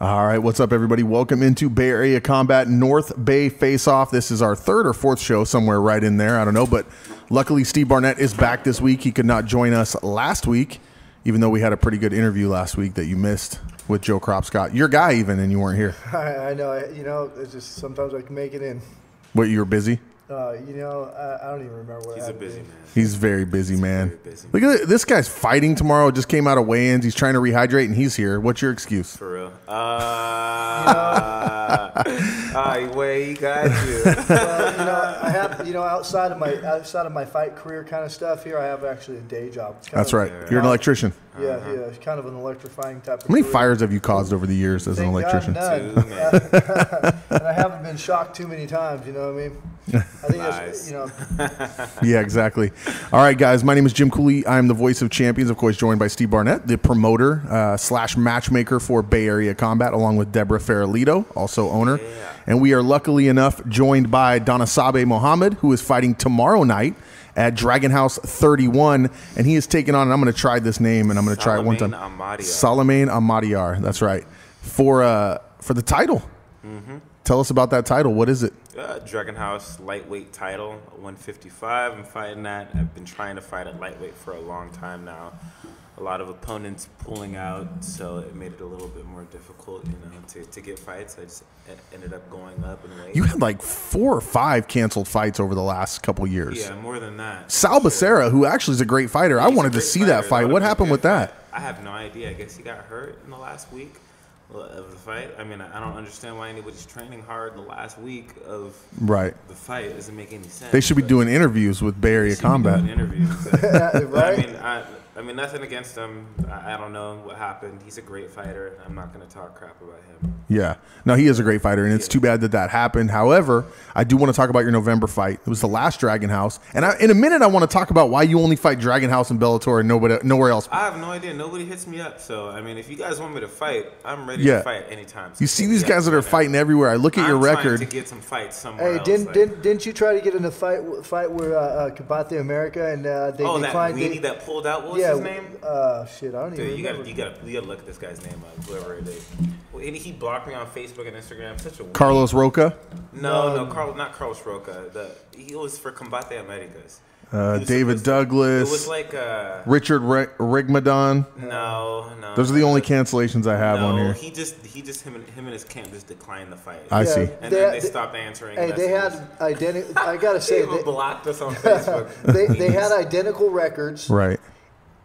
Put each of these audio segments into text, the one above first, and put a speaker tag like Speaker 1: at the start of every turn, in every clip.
Speaker 1: All right, what's up, everybody? Welcome into Bay Area Combat North Bay Face Off. This is our third or fourth show, somewhere right in there. I don't know, but luckily Steve Barnett is back this week. He could not join us last week, even though we had a pretty good interview last week that you missed with Joe Cropscott, your guy, even, and you weren't here.
Speaker 2: I, I know. I, you know, it's just sometimes I can make it in.
Speaker 1: What you were busy?
Speaker 2: Uh, you know, I, I don't even remember what.
Speaker 3: He's a
Speaker 2: happened.
Speaker 3: busy man.
Speaker 1: He's very busy, man.
Speaker 3: very busy
Speaker 1: Look at it. this guy's fighting tomorrow. Just came out of weigh-ins. He's trying to rehydrate, and he's here. What's your excuse?
Speaker 3: For real. Ah. Uh, I way he got you.
Speaker 2: Well, you know, I have. You know, outside of my outside of my fight career kind of stuff here, I have actually a day job. Kind
Speaker 1: That's
Speaker 2: of-
Speaker 1: right. You're an electrician.
Speaker 2: Yeah,
Speaker 3: Uh-huh.
Speaker 2: yeah. It's kind of an electrifying type. Of
Speaker 1: How many
Speaker 2: career.
Speaker 1: fires have you caused over the years as an
Speaker 2: Thank God,
Speaker 1: electrician?
Speaker 2: none.
Speaker 3: Too many.
Speaker 2: and I haven't been shocked too many times. You know what I mean? I think that's
Speaker 3: Lies.
Speaker 2: you know.
Speaker 1: Yeah, exactly. All right, guys. My name is Jim Cooley. I'm the voice of champions, of course, joined by Steve Barnett, the promoter uh, slash matchmaker for Bay Area Combat, along with Deborah Farolito, also owner. And we are luckily enough joined by Danasabe Mohammed, who is fighting tomorrow night at Dragon House 31, and he is taking on. And I'm going to try this name, and I'm going to try it one time. Salamain
Speaker 3: Salamane Ahmadiar.
Speaker 1: Amadiar. That's right. For uh, for the title. Tell us about that title. What is it?
Speaker 3: Uh, Dragon House lightweight title, 155. I'm fighting that. I've been trying to fight at lightweight for a long time now. A lot of opponents pulling out, so it made it a little bit more difficult, you know, to, to get fights. I just e- ended up going up and weight.
Speaker 1: You had like four or five canceled fights over the last couple years.
Speaker 3: yeah, more than that.
Speaker 1: Sal Becerra, who actually is a great fighter, I
Speaker 3: He's a
Speaker 1: wanted to
Speaker 3: great
Speaker 1: see
Speaker 3: fighter.
Speaker 1: that fight.
Speaker 3: would've
Speaker 1: What
Speaker 3: been a
Speaker 1: happened
Speaker 3: good
Speaker 1: with that?
Speaker 3: fight. I have no idea. I guess he got hurt in the last week of the fight. I mean, I don't understand why anybody's training hard the last week of
Speaker 1: Right.
Speaker 3: the fight. It doesn't make any sense.
Speaker 1: They should be
Speaker 3: but
Speaker 1: doing interviews with Bay
Speaker 3: they
Speaker 1: Area
Speaker 3: should be doing
Speaker 1: Combat.
Speaker 3: interviews.
Speaker 2: right?
Speaker 3: I mean, I, I mean, nothing against him. I, I don't know what happened. He's a great fighter. I'm not going to talk crap about him.
Speaker 1: Yeah. No, he is a great fighter, and it's too bad that that happened. However, I do want to talk about your November fight. It was the last Dragon House, and I, in a minute, I want to talk about why you only fight Dragon House and Bellator and nobody, nowhere else.
Speaker 3: I have no idea. Nobody hits me up. So, I mean, if you guys want me to fight, I'm ready
Speaker 1: Yeah.
Speaker 3: to fight anytime. So
Speaker 1: You see
Speaker 3: hit
Speaker 1: these
Speaker 3: me up
Speaker 1: guys that are
Speaker 3: right now.
Speaker 1: fighting everywhere. I look at your
Speaker 3: I'm trying to
Speaker 1: record.
Speaker 3: get some fights somewhere
Speaker 2: Hey,
Speaker 3: else,
Speaker 2: didn't,
Speaker 3: like-
Speaker 2: didn't didn't you try to get in a fight fight where uh, uh, Kabate America and uh, they
Speaker 3: Oh, that
Speaker 2: declined?
Speaker 3: weenie
Speaker 2: they-
Speaker 3: that pulled out. What was
Speaker 2: yeah.
Speaker 3: his name?
Speaker 2: Uh, shit, I don't even
Speaker 3: Dude, you
Speaker 2: remember.
Speaker 3: gotta, you gotta, you gotta look this guy's name up. Whoever it is. Well, and he blocked me on Facebook and Instagram. Such a
Speaker 1: Carlos Roca,
Speaker 3: No,
Speaker 2: Um,
Speaker 3: no, Carl, not Carlos Roca. The he was for Combate Americas.
Speaker 1: uh,
Speaker 3: He was
Speaker 1: David
Speaker 3: supposed to-
Speaker 1: Douglas,
Speaker 3: It was like uh,
Speaker 1: Richard Re- Rigmadon.
Speaker 3: no, no.
Speaker 1: Those are the only cancellations I have
Speaker 3: No,
Speaker 1: on here.
Speaker 3: he just, he just, him and him and his camp just declined the fight.
Speaker 1: I
Speaker 2: Yeah,
Speaker 1: see.
Speaker 3: and
Speaker 2: they-
Speaker 3: then they
Speaker 2: they-
Speaker 3: stopped answering.
Speaker 2: Hey, they
Speaker 3: messages.
Speaker 2: had identical. I gotta
Speaker 3: They
Speaker 2: say,
Speaker 3: even
Speaker 2: they,
Speaker 3: blocked us on Facebook.
Speaker 2: they, they had identical records.
Speaker 1: Right.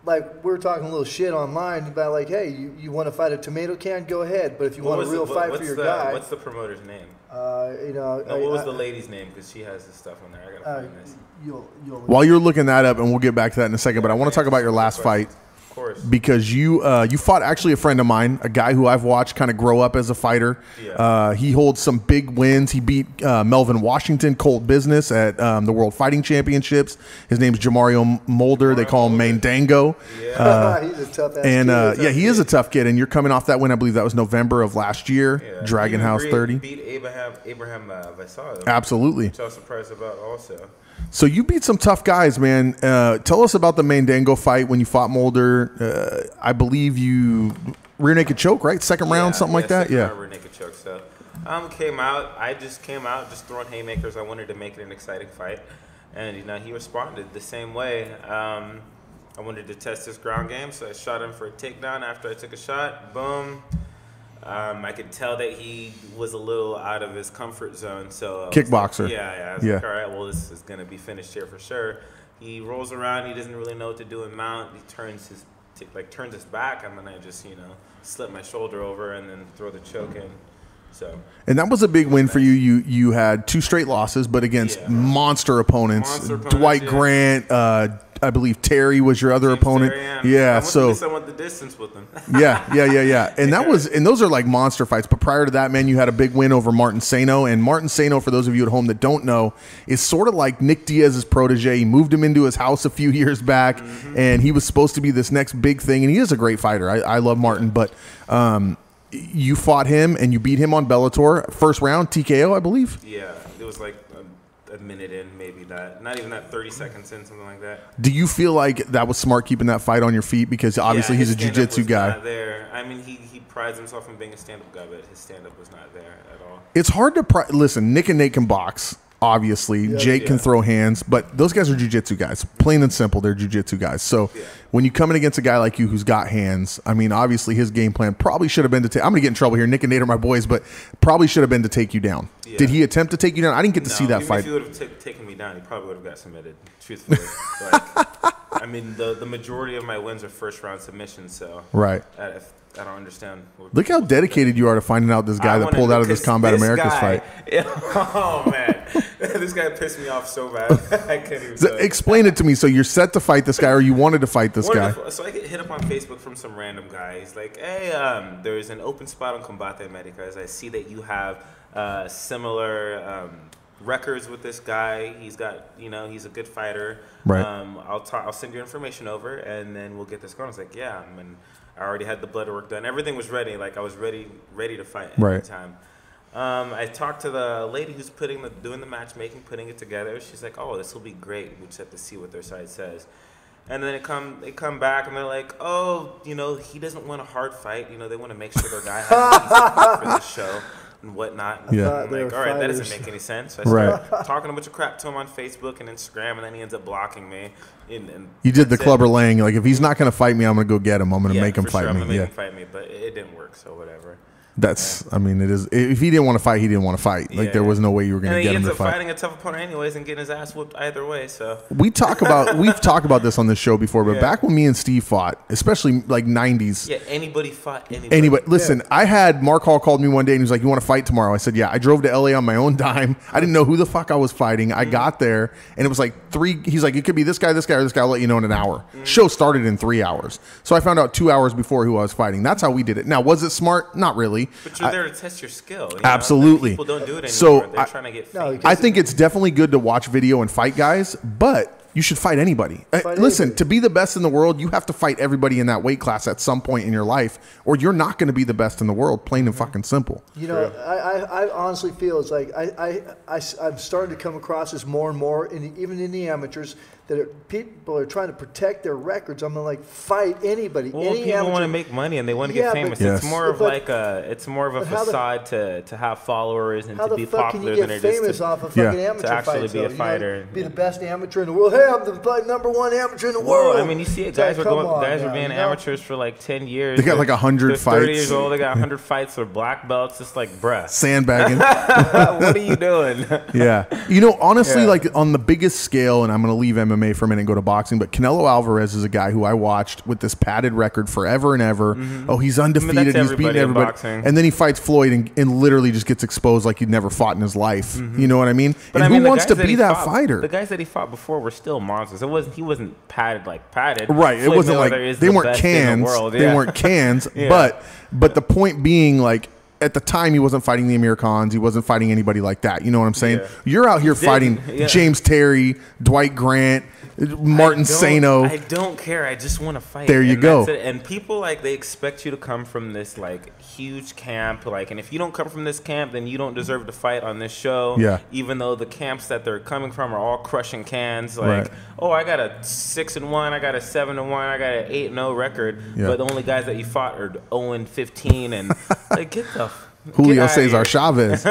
Speaker 2: Like we were talking a little shit online about like, hey, you, you want to fight a tomato can? Go ahead. But if you
Speaker 3: What
Speaker 2: want
Speaker 3: was
Speaker 2: a
Speaker 3: the-
Speaker 2: real
Speaker 3: what-
Speaker 2: fight
Speaker 3: what's
Speaker 2: for your
Speaker 3: the,
Speaker 2: guy,
Speaker 3: What's the promoter's name?
Speaker 2: uh, you know,
Speaker 3: No,
Speaker 2: I-
Speaker 3: what was the
Speaker 2: I-
Speaker 3: lady's name? Because she has this stuff on there. I gotta
Speaker 2: uh,
Speaker 3: find this.
Speaker 2: you'll you'll.
Speaker 1: While you're looking that up, and we'll get back to that in a second, but I want to talk about your last fight
Speaker 3: Of course.
Speaker 1: because you uh, you fought actually a friend of mine, a guy who I've watched kind of grow up as a fighter.
Speaker 3: Yeah.
Speaker 1: Uh, he holds some big wins. He beat uh, Melvin Washington, Colt Business at um, the World Fighting Championships. His name's Jamario Molder. They call him Mandango. Uh,
Speaker 2: he's a tough ass.
Speaker 1: And
Speaker 2: kid.
Speaker 1: uh, yeah, he is a tough kid. And you're coming off that win. I believe that was November of last year.
Speaker 3: Yeah.
Speaker 1: Dragon
Speaker 3: Even
Speaker 1: House
Speaker 3: Reed
Speaker 1: 30.
Speaker 3: beat Abraham Abraham uh, Vassal,
Speaker 1: Absolutely.
Speaker 3: which I was surprised about also.
Speaker 1: So you beat some tough guys, man. Uh, tell us about the Mandango fight when you fought Mulder. Uh, I believe you rear naked choke, right? Second round, something like that.
Speaker 3: second
Speaker 1: Yeah.
Speaker 3: round, rear naked choke. So, um, came out. I just came out, just throwing haymakers. I wanted to make it an exciting fight, and you know he responded the same way. Um, I wanted to test his ground game, so I shot him for a takedown. After I took a shot, boom. Um, I could tell that he was a little out of his comfort zone. So I was like-
Speaker 1: Kickboxer.
Speaker 3: yeah, yeah. I was
Speaker 1: Yeah.
Speaker 3: like, all right, well, this is going to be finished here for sure. He rolls around. He doesn't really know what to do in mount. He turns his t- like turns his back. I'm gonna just you know slip my shoulder over and then throw the choke in. So
Speaker 1: And that was a big win for you. You you had two straight losses, but against
Speaker 3: Yeah.
Speaker 1: monster opponents.
Speaker 3: Monster opponents,
Speaker 1: Dwight
Speaker 3: yeah.
Speaker 1: Grant, uh, I believe Terry was your other opponent.
Speaker 3: There I am. um, I
Speaker 1: Yeah.
Speaker 3: went the
Speaker 1: So
Speaker 3: dis- I went the distance with him.
Speaker 1: yeah, yeah, yeah, yeah. And that was and those are like monster fights. But prior to that, man, you had a big win over Martin Sano. And Martin Sano, for those of you at home that don't know, is sort of like Nick Diaz's protege. He moved him into his house a few years back,
Speaker 3: Mm-hmm.
Speaker 1: and he was supposed to be this next big thing. And he is a great fighter. I, I love Martin, but um, you fought him and you beat him on Bellator first round TKO, I believe.
Speaker 3: yeah, it was like a, a minute in, maybe that, not even that, 30 seconds in, something like that.
Speaker 1: Do you feel like that was smart keeping that fight on your feet because obviously
Speaker 3: Yeah,
Speaker 1: he's a
Speaker 3: his stand-up
Speaker 1: jujitsu
Speaker 3: was
Speaker 1: guy?
Speaker 3: Not there, I mean, he he prides himself on being a stand-up guy, but his stand-up was not there at all.
Speaker 1: It's hard to pri- listen. Nick and Nate can box, obviously. Jake can
Speaker 3: Yeah.
Speaker 1: throw hands, but those guys are jujitsu guys, plain and simple. They're jujitsu guys. So when you come in against a guy like you who's got hands, I mean, obviously his game plan probably should have been to take. I'm gonna get in trouble here. Nick and Nate are my boys, but probably should have been to take you down.
Speaker 3: Yeah.
Speaker 1: Did he attempt to take you down? I didn't get to see
Speaker 3: No,
Speaker 1: that
Speaker 3: even
Speaker 1: fight.
Speaker 3: If he would have taken me down, he probably would have got submitted. Truthfully, like, I mean, the the majority of my wins are first round submissions, so
Speaker 1: Right.
Speaker 3: I, I don't understand. what-
Speaker 1: Look how dedicated you are to finding out this guy
Speaker 3: I
Speaker 1: that
Speaker 3: wanna
Speaker 1: pulled
Speaker 3: know,
Speaker 1: out of this
Speaker 3: 'cause
Speaker 1: Combat America's
Speaker 3: guy-
Speaker 1: fight.
Speaker 3: oh man, this guy pissed me off so bad. I can't even.
Speaker 1: So
Speaker 3: tell you.
Speaker 1: Explain it to me. So you're set to fight this guy, or you wanted to fight this guy?
Speaker 3: Wonderful. So I get hit up on Facebook from some random guy. He's like, "Hey, um, there's an open spot on Combate Americas. I see that you have uh, similar um, records with this guy. He's got, you know, he's a good fighter.
Speaker 1: Right.
Speaker 3: Um, I'll ta- I'll send your information over, and then we'll get this going." I was like, "Yeah." I mean, I already had the blood work done. Everything was ready. Like I was ready, ready to fight at
Speaker 1: Right.
Speaker 3: the time. Um, I talked to the lady who's putting the doing the matchmaking, putting it together. She's like, "Oh, this will be great. We just have to see what their side says." And then it come they come back and they're like, "Oh, you know, he doesn't want a hard fight. You know, they want to make sure their guy has an easy fight for the show and whatnot."
Speaker 1: Yeah.
Speaker 3: I'm
Speaker 2: They
Speaker 3: like,
Speaker 2: were
Speaker 3: "All right, that
Speaker 2: fighters.
Speaker 3: doesn't make any sense." So I started talking a bunch of crap to him on Facebook and Instagram, and then he ends up blocking me. And, and
Speaker 1: You did the
Speaker 3: that's it.
Speaker 1: clubber lang. Like if he's not gonna fight me, I'm gonna go get him. I'm gonna
Speaker 3: Yeah,
Speaker 1: make him
Speaker 3: for
Speaker 1: fight
Speaker 3: sure, I'm
Speaker 1: me.
Speaker 3: gonna make
Speaker 1: yeah,
Speaker 3: him fight me, but it, it didn't work, so whatever.
Speaker 1: that's. I mean, it is. If he didn't want to fight, he didn't want to fight. Like
Speaker 3: Yeah,
Speaker 1: there
Speaker 3: yeah.
Speaker 1: was no way you were
Speaker 3: And
Speaker 1: gonna
Speaker 3: then he
Speaker 1: get him
Speaker 3: ends
Speaker 1: to
Speaker 3: up
Speaker 1: fight.
Speaker 3: fighting a tough opponent anyways and getting his ass whooped either way. So
Speaker 1: We talk about we've talked about this on this show before, but
Speaker 3: Yeah.
Speaker 1: back when me and Steve fought, especially like '90s.
Speaker 3: yeah, anybody fought anybody.
Speaker 1: Anyway, listen, I had Mark Hall called me one day and he was like, "You want to fight tomorrow?" I said, "Yeah." I drove to LA on my own dime. I didn't know who the fuck I was fighting.
Speaker 3: Mm-hmm.
Speaker 1: I got there and it was like three. He's like, "It could be this guy, this guy, or this guy." I'll let you know in an hour.
Speaker 3: Mm-hmm.
Speaker 1: Show started in three hours, so I found out two hours before who I was fighting. That's how we did it. Now, was it smart? Not really.
Speaker 3: But you're there to test your skill. you know?
Speaker 1: Absolutely.
Speaker 3: People don't do it anymore.
Speaker 1: So
Speaker 3: They're
Speaker 1: I-
Speaker 3: trying to get
Speaker 2: No,
Speaker 3: famous.
Speaker 1: I think it's definitely good to watch video and fight guys, but you should fight anybody. Uh,
Speaker 2: Fight
Speaker 1: Listen,
Speaker 2: anybody.
Speaker 1: to be the best in the world, you have to fight everybody in that weight class at some point in your life, or you're not going to be the best in the world. Plain and fucking simple.
Speaker 2: You know, I, I, I honestly feel it's like I, I, am starting to come across this more and more, in, even in the amateurs, that it, people are trying to protect their records. I'm gonna like fight anybody.
Speaker 3: Well,
Speaker 2: any
Speaker 3: people
Speaker 2: amateur,
Speaker 3: want to make money and they want to
Speaker 2: Yeah,
Speaker 3: get
Speaker 2: but-
Speaker 3: famous.
Speaker 1: Yes.
Speaker 3: It's more of
Speaker 2: But-
Speaker 3: like a, it's more of a
Speaker 2: but how the-
Speaker 3: facade to, to have followers and
Speaker 2: how
Speaker 3: to
Speaker 2: the
Speaker 3: be
Speaker 2: fuck can
Speaker 3: popular
Speaker 2: you
Speaker 3: than
Speaker 2: get
Speaker 3: it is
Speaker 2: famous
Speaker 3: to.
Speaker 2: off of
Speaker 1: Yeah.
Speaker 2: fucking
Speaker 1: To
Speaker 2: amateur
Speaker 3: actually
Speaker 2: fights?
Speaker 3: be a
Speaker 2: though? You know,
Speaker 3: fighter,
Speaker 2: be
Speaker 3: yeah.
Speaker 2: the best amateur in the world. Hey, I'm the fu- number one amateur in the
Speaker 3: Well,
Speaker 2: world.
Speaker 3: I mean, you see it.
Speaker 2: It's like,
Speaker 3: Guys were
Speaker 2: come
Speaker 3: going,
Speaker 2: on
Speaker 3: guys
Speaker 2: now,
Speaker 3: were being
Speaker 2: you know?
Speaker 3: amateurs for like ten years.
Speaker 1: They got
Speaker 3: They're-
Speaker 1: like 100
Speaker 3: they're Thirty
Speaker 1: fights.
Speaker 3: years old. They got hundred fights. They're black belts. It's like, bruh,
Speaker 1: Sandbagging.
Speaker 3: what are you doing?
Speaker 1: yeah. You know, honestly,
Speaker 3: Yeah.
Speaker 1: like on the biggest scale, and I'm going to leave MMA for a minute and go to boxing, but Canelo Alvarez is a guy who I watched with this padded record forever and ever.
Speaker 3: Mm-hmm.
Speaker 1: Oh, he's undefeated. he's
Speaker 3: everybody
Speaker 1: beating
Speaker 3: in
Speaker 1: everybody.
Speaker 3: boxing.
Speaker 1: And then he fights Floyd and, and literally just gets exposed like he'd never fought in his life. You know what I mean?
Speaker 3: Mm-hmm. But
Speaker 1: and
Speaker 3: I mean,
Speaker 1: who
Speaker 3: the
Speaker 1: wants
Speaker 3: guys
Speaker 1: to
Speaker 3: he
Speaker 1: be that
Speaker 3: fought-
Speaker 1: fighter?
Speaker 3: The guys that he fought before were still monsters. It wasn't. He wasn't padded like padded.
Speaker 1: Right. it
Speaker 3: Floyd
Speaker 1: wasn't
Speaker 3: Mayweather
Speaker 1: like
Speaker 3: is
Speaker 1: they
Speaker 3: the
Speaker 1: weren't
Speaker 3: best in the
Speaker 1: cans.
Speaker 3: world,
Speaker 1: They
Speaker 3: yeah.
Speaker 1: weren't cans.
Speaker 3: Yeah.
Speaker 1: But but the point being, like at the time, he wasn't fighting the Amir Khans. He wasn't fighting anybody like that. You know what I'm saying?
Speaker 3: Yeah.
Speaker 1: You're out here fighting
Speaker 3: yeah.
Speaker 1: James Terry, Dwight Grant, Martin
Speaker 3: don't-
Speaker 1: Sano.
Speaker 3: I don't care. I just want to fight.
Speaker 1: There you
Speaker 3: And that's
Speaker 1: go.
Speaker 3: it. And people like they expect you to come from this like huge camp, like, and if you don't come from this camp, then you don't deserve to fight on this show.
Speaker 1: Yeah.
Speaker 3: Even though the camps that they're coming from are all crushing cans, like,
Speaker 1: Right.
Speaker 3: oh, I got a six and one, I got a seven and one, I got an eight and zero record,
Speaker 1: Yeah.
Speaker 3: but the only guys that you fought are zero and fifteen, and like get the. f- get
Speaker 1: Julio
Speaker 3: outta here.
Speaker 1: Cesar Chavez.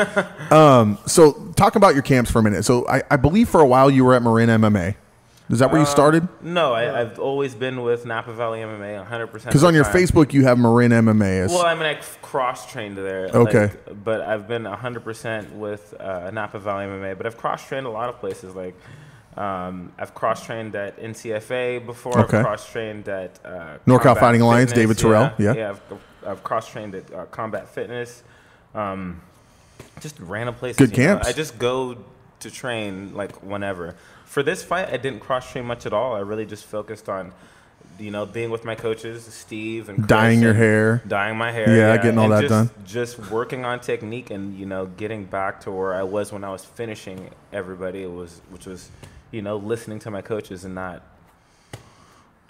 Speaker 1: um, so talk about your camps for a minute. So I, I believe for a while you were at Marin MMA. Is that where you
Speaker 3: Uh,
Speaker 1: started?
Speaker 3: No, I, I've always been with Napa Valley MMA 100%.
Speaker 1: Because on your
Speaker 3: Facebook.
Speaker 1: Facebook you have Marin MMA. as-
Speaker 3: Well, I mean, I cross trained there.
Speaker 1: Okay.
Speaker 3: like, but I've been 100% with uh, Napa Valley MMA, but I've cross trained a lot of places. Like, um, I've cross trained at NCFA before.
Speaker 1: Okay.
Speaker 3: I've cross trained at uh,
Speaker 1: NorCal
Speaker 3: Combat
Speaker 1: Fighting Alliance, David Terrell, yeah.
Speaker 3: Yeah. I've, I've cross trained at uh, Combat Fitness. Um, just random places.
Speaker 1: Good
Speaker 3: you know.
Speaker 1: camps.
Speaker 3: I just go to train like whenever. For this fight, I didn't cross train much at all. I really just focused on, you know, being with my coaches, Steve and Chris
Speaker 1: Dyeing your
Speaker 3: and
Speaker 1: hair.
Speaker 3: dyeing my hair.
Speaker 1: Yeah, getting all
Speaker 3: and
Speaker 1: that
Speaker 3: just,
Speaker 1: done.
Speaker 3: Just working on technique and you know getting back to where I was when I was finishing everybody. It was which was, you know, listening to my coaches and not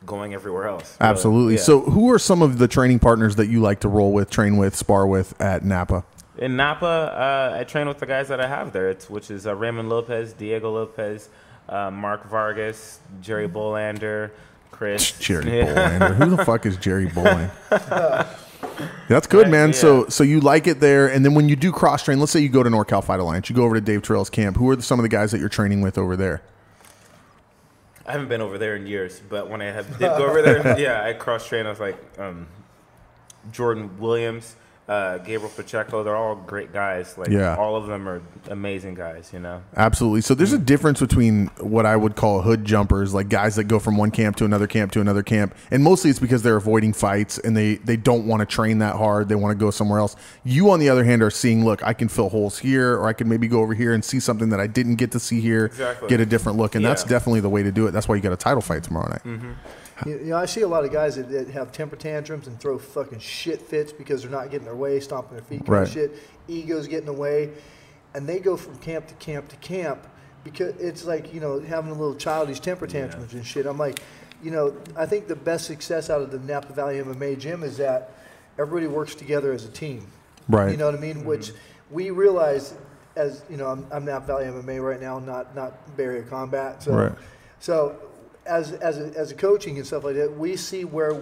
Speaker 3: going everywhere else. So,
Speaker 1: Absolutely.
Speaker 3: yeah.
Speaker 1: So, who are some of the training partners that you like to roll with, train with, spar with at Napa?
Speaker 3: In Napa, uh, I train with the guys that I have there, it's, which is uh, Raymond Lopez, Diego Lopez, uh, Mark Vargas, Jerry Bolander, Chris.
Speaker 1: Jerry Bolander. Who the fuck is Jerry Bolander? That's good,
Speaker 3: Right,
Speaker 1: man.
Speaker 3: yeah.
Speaker 1: So so you like it there, and then when you do cross train, let's say you go to NorCal Fight Alliance, you go over to Dave Terrell's camp. Who are the, some of the guys that you're training with over there?
Speaker 3: I haven't been over there in years, but when I have, did go over there, yeah, I cross trained. I was like um, Jordan Williams, uh, Gabriel Pacheco. They're all great guys. Like
Speaker 1: Yeah.
Speaker 3: all of them are amazing guys. You know.
Speaker 1: Absolutely. So
Speaker 3: Mm.
Speaker 1: there's a difference between what I would call hood jumpers, like guys that go from one camp to another camp to another camp, and mostly it's because they're avoiding fights and they they don't want to train that hard. They want to go somewhere else. You, on the other hand, are seeing, look, I can fill holes here, or I can maybe go over here and see something that I didn't get to see here,
Speaker 3: Exactly.
Speaker 1: get a different look, and that's
Speaker 3: Yeah. Mm-hmm.
Speaker 1: definitely the way to do it. That's why you got a title fight tomorrow night.
Speaker 2: You, you know, I see a lot of guys that, that have temper tantrums and throw fucking shit fits because they're not getting their way, stomping their feet, kind
Speaker 1: Right.
Speaker 2: of shit. Egos getting away, and they go from camp to camp to camp because it's like you know having a little childish temper tantrums and shit. I'm like, you know, I think the best success out of the Napa Valley MMA gym is that everybody works together as a team.
Speaker 1: Right.
Speaker 2: You know what I mean? Which we realize as you know, I'm, I'm Napa Valley MMA right now, not not Barrier Combat. So
Speaker 1: Right.
Speaker 2: so, as as a, as a coaching and stuff like that, we see where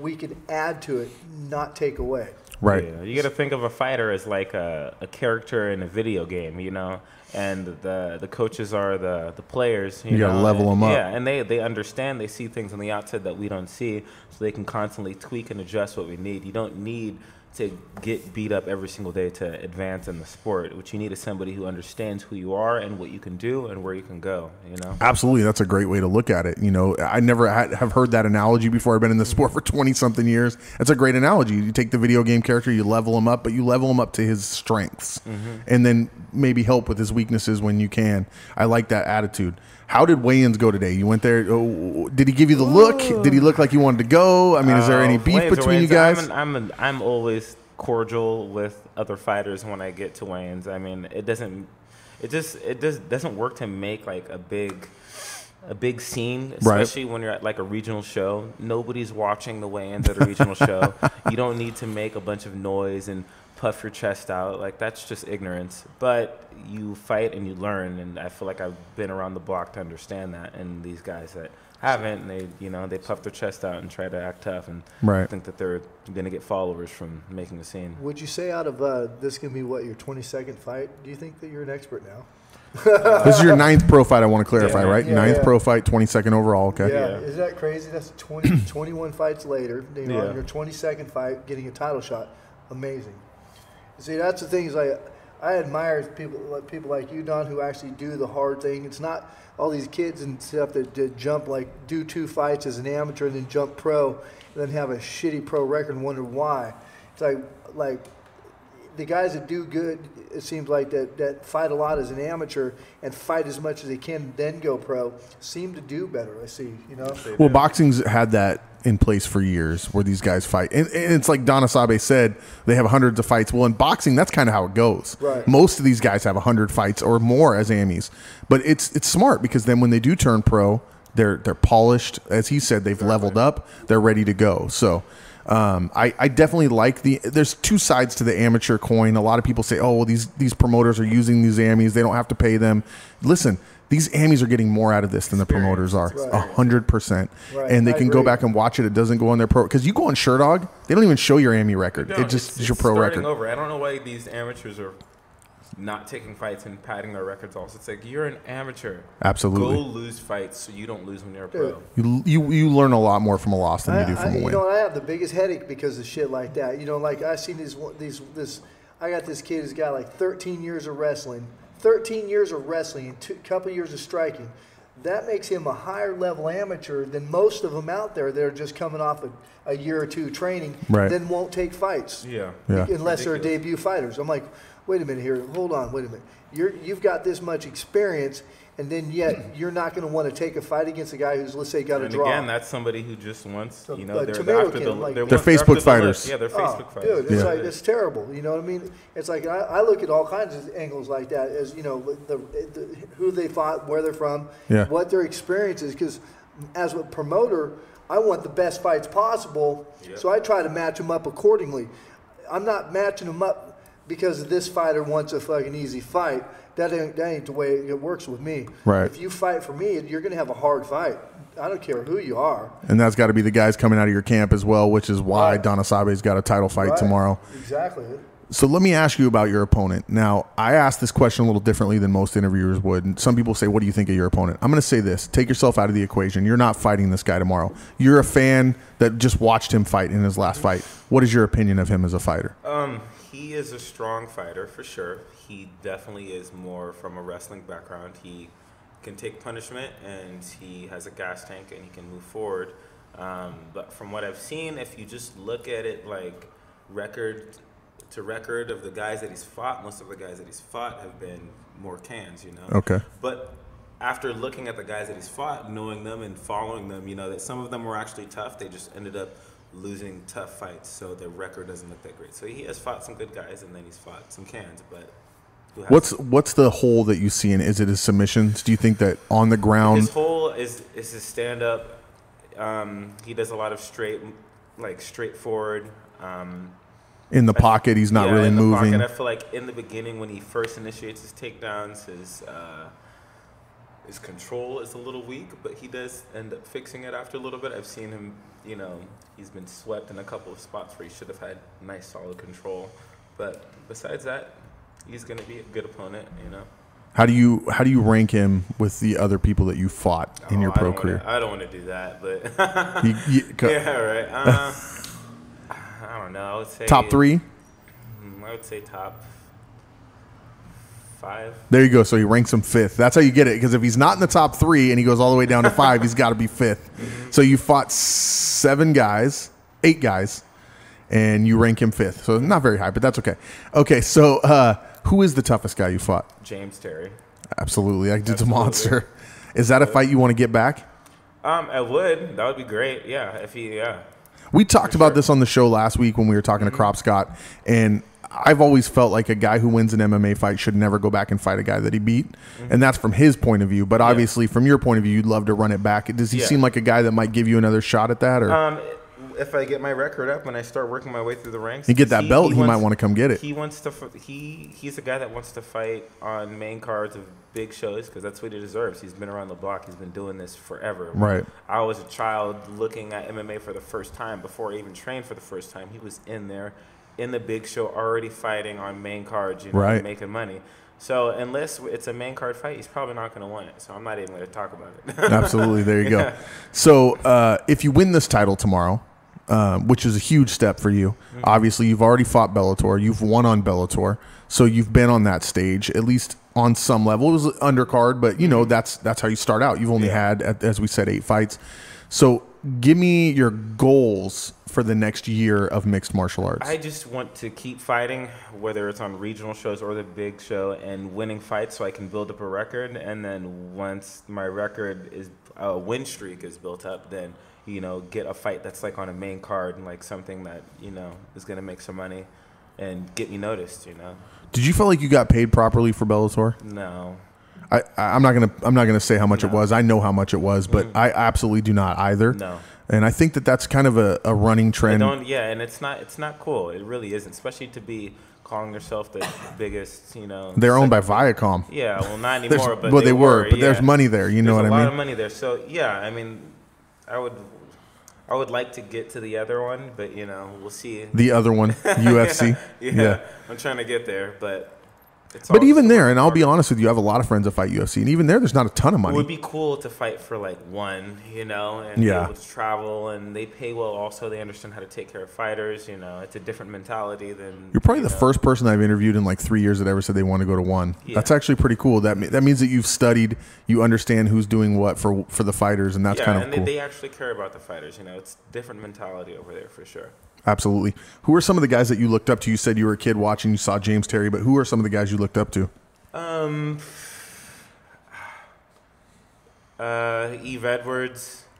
Speaker 2: we can add to it, not take away.
Speaker 1: Right.
Speaker 3: Yeah, you got to think of a fighter as like a, a character in a video game, you know, and the the coaches are the the players. You,
Speaker 1: You gotta
Speaker 3: know,
Speaker 1: level 'em up.
Speaker 3: Yeah, and they they understand. They see things on the outside that we don't see, so they can constantly tweak and adjust what we need. You don't need to get beat up every single day to advance in the sport. What you need is somebody who understands who you are and what you can do and where you can go. You know.
Speaker 1: Absolutely, that's a great way to look at it. You know, I never had, have heard that analogy before. I've been in the sport for twenty something years. That's a great analogy. You take the video game character, you level him up, but you level him up to his strengths,
Speaker 2: Mm-hmm.
Speaker 1: and then maybe help with his weaknesses when you can. I like that attitude. How did weigh-ins go today? You went there. Oh, did he give you the look? Did he look like he wanted to go? I mean, is there
Speaker 3: Oh,
Speaker 2: Uh,
Speaker 1: any beef
Speaker 3: Wayne's are
Speaker 1: between you
Speaker 3: Wayne's. I'm
Speaker 1: guys?
Speaker 3: an- I'm, an- I'm always cordial with other fighters when I get to Wayne's. I mean, it doesn't, it just it just doesn't work to make like a big, a big scene,
Speaker 1: Right.
Speaker 3: especially when you're at like a regional show. Nobody's watching the Wayne's at a regional show. You don't need to make a bunch of noise and puff your chest out like that's just ignorance but you fight and you learn and i feel like i've been around the block to understand that and these guys that haven't and they you know they puff their chest out and try to act tough and
Speaker 1: Right.
Speaker 3: think that they're going to get followers from making a scene.
Speaker 2: Would you say out of uh, this can be what your 22nd fight? Do you think that you're an expert now?
Speaker 1: this is your ninth pro fight. I want to clarify,
Speaker 3: Yeah.
Speaker 1: right?
Speaker 2: uh, Yeah,
Speaker 1: ninth
Speaker 2: yeah.
Speaker 1: pro fight, twenty second overall. Okay.
Speaker 2: Yeah.
Speaker 3: Yeah.
Speaker 2: Isn't that crazy? That's 20, 21 fights later, you know,
Speaker 3: Yeah.
Speaker 2: on your 22nd fight, getting a title shot. Amazing. See, that's the thing is like, I admire people like people like you, Don, who actually do the hard thing. It's not all these kids and stuff that, that jump like do two fights as an amateur and then jump pro and then have a shitty pro record and wonder why. It's like like the guys that do good, it seems like that, that fight a lot as an amateur and fight as much as they can, then go pro, seem to do better. I see, you know.
Speaker 1: Well, boxing's had that in place for years where these guys fight. And, and it's like Donna Sabe said, they have hundreds of fights. Well, in boxing, that's kind of how it goes.
Speaker 2: Right.
Speaker 1: Most of these guys have 100 fights or more as amies. But it's it's smart because then when they do turn pro, they're they're polished. As he said, they've leveled up. They're ready to go. So um, I, I definitely like the there's two sides to the amateur coin. A lot of people say, oh, well, these these promoters are using these amies. They don't have to pay them. Listen, these amies are getting more out of this than the promoters are.
Speaker 2: Right.
Speaker 1: A hundred percent.
Speaker 2: Right.
Speaker 1: And they
Speaker 2: I
Speaker 1: can go
Speaker 2: agree.
Speaker 1: back and watch it. It doesn't go on their pro because you go on Sherdog, they don't even show your AMI record.
Speaker 3: No,
Speaker 1: it just
Speaker 3: it's-
Speaker 1: is your
Speaker 3: it's
Speaker 1: pro
Speaker 3: starting
Speaker 1: record.
Speaker 3: Over. I don't know why these amateurs are not taking fights and padding their records. Also, it's like you're an amateur.
Speaker 1: Absolutely.
Speaker 3: Go lose fights so you don't lose when you're a pro.
Speaker 2: Dude.
Speaker 1: You, you you learn a lot more from a loss than
Speaker 2: I,
Speaker 1: you do from
Speaker 2: I,
Speaker 1: a
Speaker 2: you
Speaker 1: win.
Speaker 2: know, I have the biggest headache because of shit like that. You know, like I seen these one- these this. I got this kid who's got like 13 years of wrestling, 13 years of wrestling, and two couple years of striking. That makes him a higher level amateur than most of them out there that are just coming off a, a year or two training,
Speaker 1: Right.
Speaker 2: then won't take fights.
Speaker 3: Yeah.
Speaker 1: Yeah.
Speaker 2: unless they're
Speaker 3: Ridiculous.
Speaker 2: debut fighters. I'm like, wait a minute here, hold on, wait a minute. You're you've got this much experience, and then yet you're not going to want to take a fight against a guy who's let's say got a
Speaker 3: And
Speaker 2: draw.
Speaker 3: again, that's somebody who just wants, you know,
Speaker 2: uh,
Speaker 3: they're,
Speaker 2: tomato
Speaker 3: after
Speaker 2: can,
Speaker 3: the,
Speaker 2: like-
Speaker 3: they're,
Speaker 2: They're
Speaker 3: after
Speaker 1: Facebook
Speaker 3: the
Speaker 1: fighters.
Speaker 3: list. Yeah, they're
Speaker 2: Oh,
Speaker 3: Facebook fighters.
Speaker 2: Dude, it's
Speaker 1: Yeah.
Speaker 2: like it's terrible. You know what I mean? It's like I, I look at all kinds of angles like that as you know the, the who they fought, where they're from,
Speaker 1: Yeah.
Speaker 2: what their experience is. Because as a promoter, I want the best fights possible, so I try to match them up accordingly. I'm not matching them up because this fighter wants a fucking easy fight. That ain't, that ain't the way it works with me.
Speaker 1: Right.
Speaker 2: If you fight for me, you're gonna have a hard fight. I don't care who you are.
Speaker 1: And that's got to be the guys coming out of your camp as well, which is why
Speaker 2: Right.
Speaker 1: Donna Sabe's got a title fight
Speaker 2: Right.
Speaker 1: tomorrow.
Speaker 2: Exactly.
Speaker 1: So let me ask you about your opponent. Now, I asked this question a little differently than most interviewers would. And some people say, What do you think of your opponent? I'm going to say this take yourself out of the equation. You're not fighting this guy tomorrow. You're a fan that just watched him fight in his last fight. What is your opinion of him as a fighter?
Speaker 3: Um, he is a strong fighter for sure. He definitely is more from a wrestling background. He can take punishment and he has a gas tank and he can move forward. Um, but from what I've seen, if you just look at it like record to record of the guys that he's fought, most of the guys that he's fought have been more cans, you know.
Speaker 1: Okay.
Speaker 3: But after looking at the guys that he's fought, knowing them and following them, you know that some of them were actually tough. They just ended up losing tough fights, so their record doesn't look that great. So he has fought some good guys, and then he's fought some cans. But who hasn't?
Speaker 1: What's what's the hole that you see in? Is it his submissions? Do you think that on the
Speaker 3: his
Speaker 1: ground?
Speaker 3: whole is is his stand up. Um, he does a lot of straight, like straightforward. Um,
Speaker 1: in the pocket he's not
Speaker 3: Yeah,
Speaker 1: really
Speaker 3: in the
Speaker 1: moving
Speaker 3: Pocket. I feel like in the beginning when he first initiates his takedowns, his uh, his control is a little weak, but he does end up fixing it after a little bit. I've seen him, you know, he's been swept in a couple of spots where he should have had nice solid control, but besides that, he's gonna be a good opponent, you know.
Speaker 1: how do you how do you rank him with the other people that you fought in
Speaker 3: Oh,
Speaker 1: your
Speaker 3: I
Speaker 1: pro
Speaker 3: don't wanna-
Speaker 1: career
Speaker 3: I don't want to do that, but
Speaker 1: You- you- co-
Speaker 3: yeah, right. Uh, I don't know. I would say
Speaker 1: top three
Speaker 3: Mm, I would say top five.
Speaker 1: there you go so he ranks him fifth that's how you get it because if he's not in the top three and he goes all the way down to five he's got to be 5th
Speaker 3: Mm-hmm.
Speaker 1: so you fought seven guys eight guys and you rank him fifth so not very high but that's okay okay so uh, who is the toughest guy you fought
Speaker 3: James Terry.
Speaker 1: absolutely i did a
Speaker 3: Absolutely.
Speaker 1: monster is that a fight you want to get back
Speaker 3: Um, I would. That would be great. Yeah, if he, yeah.
Speaker 1: We talked about this on the show last week when we were talking
Speaker 3: Mm-hmm.
Speaker 1: to Crop Scott, and I've always felt like a guy who wins an MMA fight should never go back and fight a guy that he beat,
Speaker 3: Mm-hmm.
Speaker 1: and that's from his point of view. But obviously, from your point of view, you'd love to run it back. Does he
Speaker 3: Yeah.
Speaker 1: seem like a guy that might give you another shot at that, or
Speaker 3: Um, if I get my record up and I start working my way through the ranks,
Speaker 1: you get that belt? He,
Speaker 3: wants-
Speaker 1: might want to come get it.
Speaker 3: He wants to. f- He he's a guy that wants to fight on main cards of big shows because that's what he deserves. He's been around the block. He's been doing this forever.
Speaker 1: Right.
Speaker 3: I was a child looking at MMA for the first time before I even trained for the first time. He was in there, in the big show, already fighting on main cards, you know,
Speaker 1: Right.
Speaker 3: making money. So unless it's a main card fight, he's probably not going to win it. So I'm not even going to talk about it.
Speaker 1: Absolutely. There you go. So, uh, if you win this title tomorrow, uh, which is a huge step for you, obviously you've already fought Bellator. You've won on Bellator, so you've been on that stage at least on some level. It was undercard, but you know that's that's how you start out. You've only had, had, as we said, eight fights. So, give me your goals for the next year of mixed martial arts.
Speaker 3: I just want to keep fighting, whether it's on regional shows or the big show, and winning fights so I can build up a record. And then once my record is a win streak is built up, then you know get a fight that's like on a main card and like something that you know is gonna make some money and get me noticed. You know,
Speaker 1: Did you feel like you got paid properly for Bellator?
Speaker 3: no,
Speaker 1: I, I- I'm not gonna I'm not gonna say how much it was. I know how much it was, but I absolutely do not either.
Speaker 3: Mm. No.
Speaker 1: And I think that that's kind of a, a running
Speaker 3: I
Speaker 1: trend.
Speaker 3: don't. Yeah, and it's not it's not cool. It really isn't, especially to be calling yourself the biggest. You know,
Speaker 1: They're owned by Viacom.
Speaker 3: Yeah, well, not
Speaker 1: There's-
Speaker 3: anymore. But
Speaker 1: well,
Speaker 3: they,
Speaker 1: they were, but there's
Speaker 3: yeah.
Speaker 1: money there, you know what
Speaker 3: There's
Speaker 1: I
Speaker 3: A lot
Speaker 1: mean?
Speaker 3: of money there. So yeah, I mean, I would, I would like to get to the other one, but you know, we'll see.
Speaker 1: The other one, UFC.
Speaker 3: Yeah, I'm trying to get there, but it's.
Speaker 1: But
Speaker 3: all
Speaker 1: even
Speaker 3: just a
Speaker 1: there,
Speaker 3: work
Speaker 1: and
Speaker 3: in
Speaker 1: I'll be
Speaker 3: progress.
Speaker 1: honest with you, I have a lot of friends that fight UFC, and even there, there's not a ton of
Speaker 3: It
Speaker 1: money.
Speaker 3: would be cool to fight for like one, you know, and
Speaker 1: Yeah.
Speaker 3: be able to travel, and they pay well. Also, they understand how to take care of fighters. You know, it's a different mentality than.
Speaker 1: You're probably
Speaker 3: you
Speaker 1: the
Speaker 3: know.
Speaker 1: first person I've interviewed in like three years that ever said they want to go to one.
Speaker 3: Yeah.
Speaker 1: That's actually pretty cool. That me- that means that you've studied, you understand who's doing what for for the fighters, and that's
Speaker 3: yeah,
Speaker 1: kind of
Speaker 3: and
Speaker 1: cool.
Speaker 3: they, they actually care about the fighters. You know, it's different mentality over there for sure.
Speaker 1: Absolutely. Who are some of the guys that you looked up to? You said you were a kid watching, you saw James Terry, but who are some of the guys you looked up to?
Speaker 3: Um, uh, Eve Edwards. Um,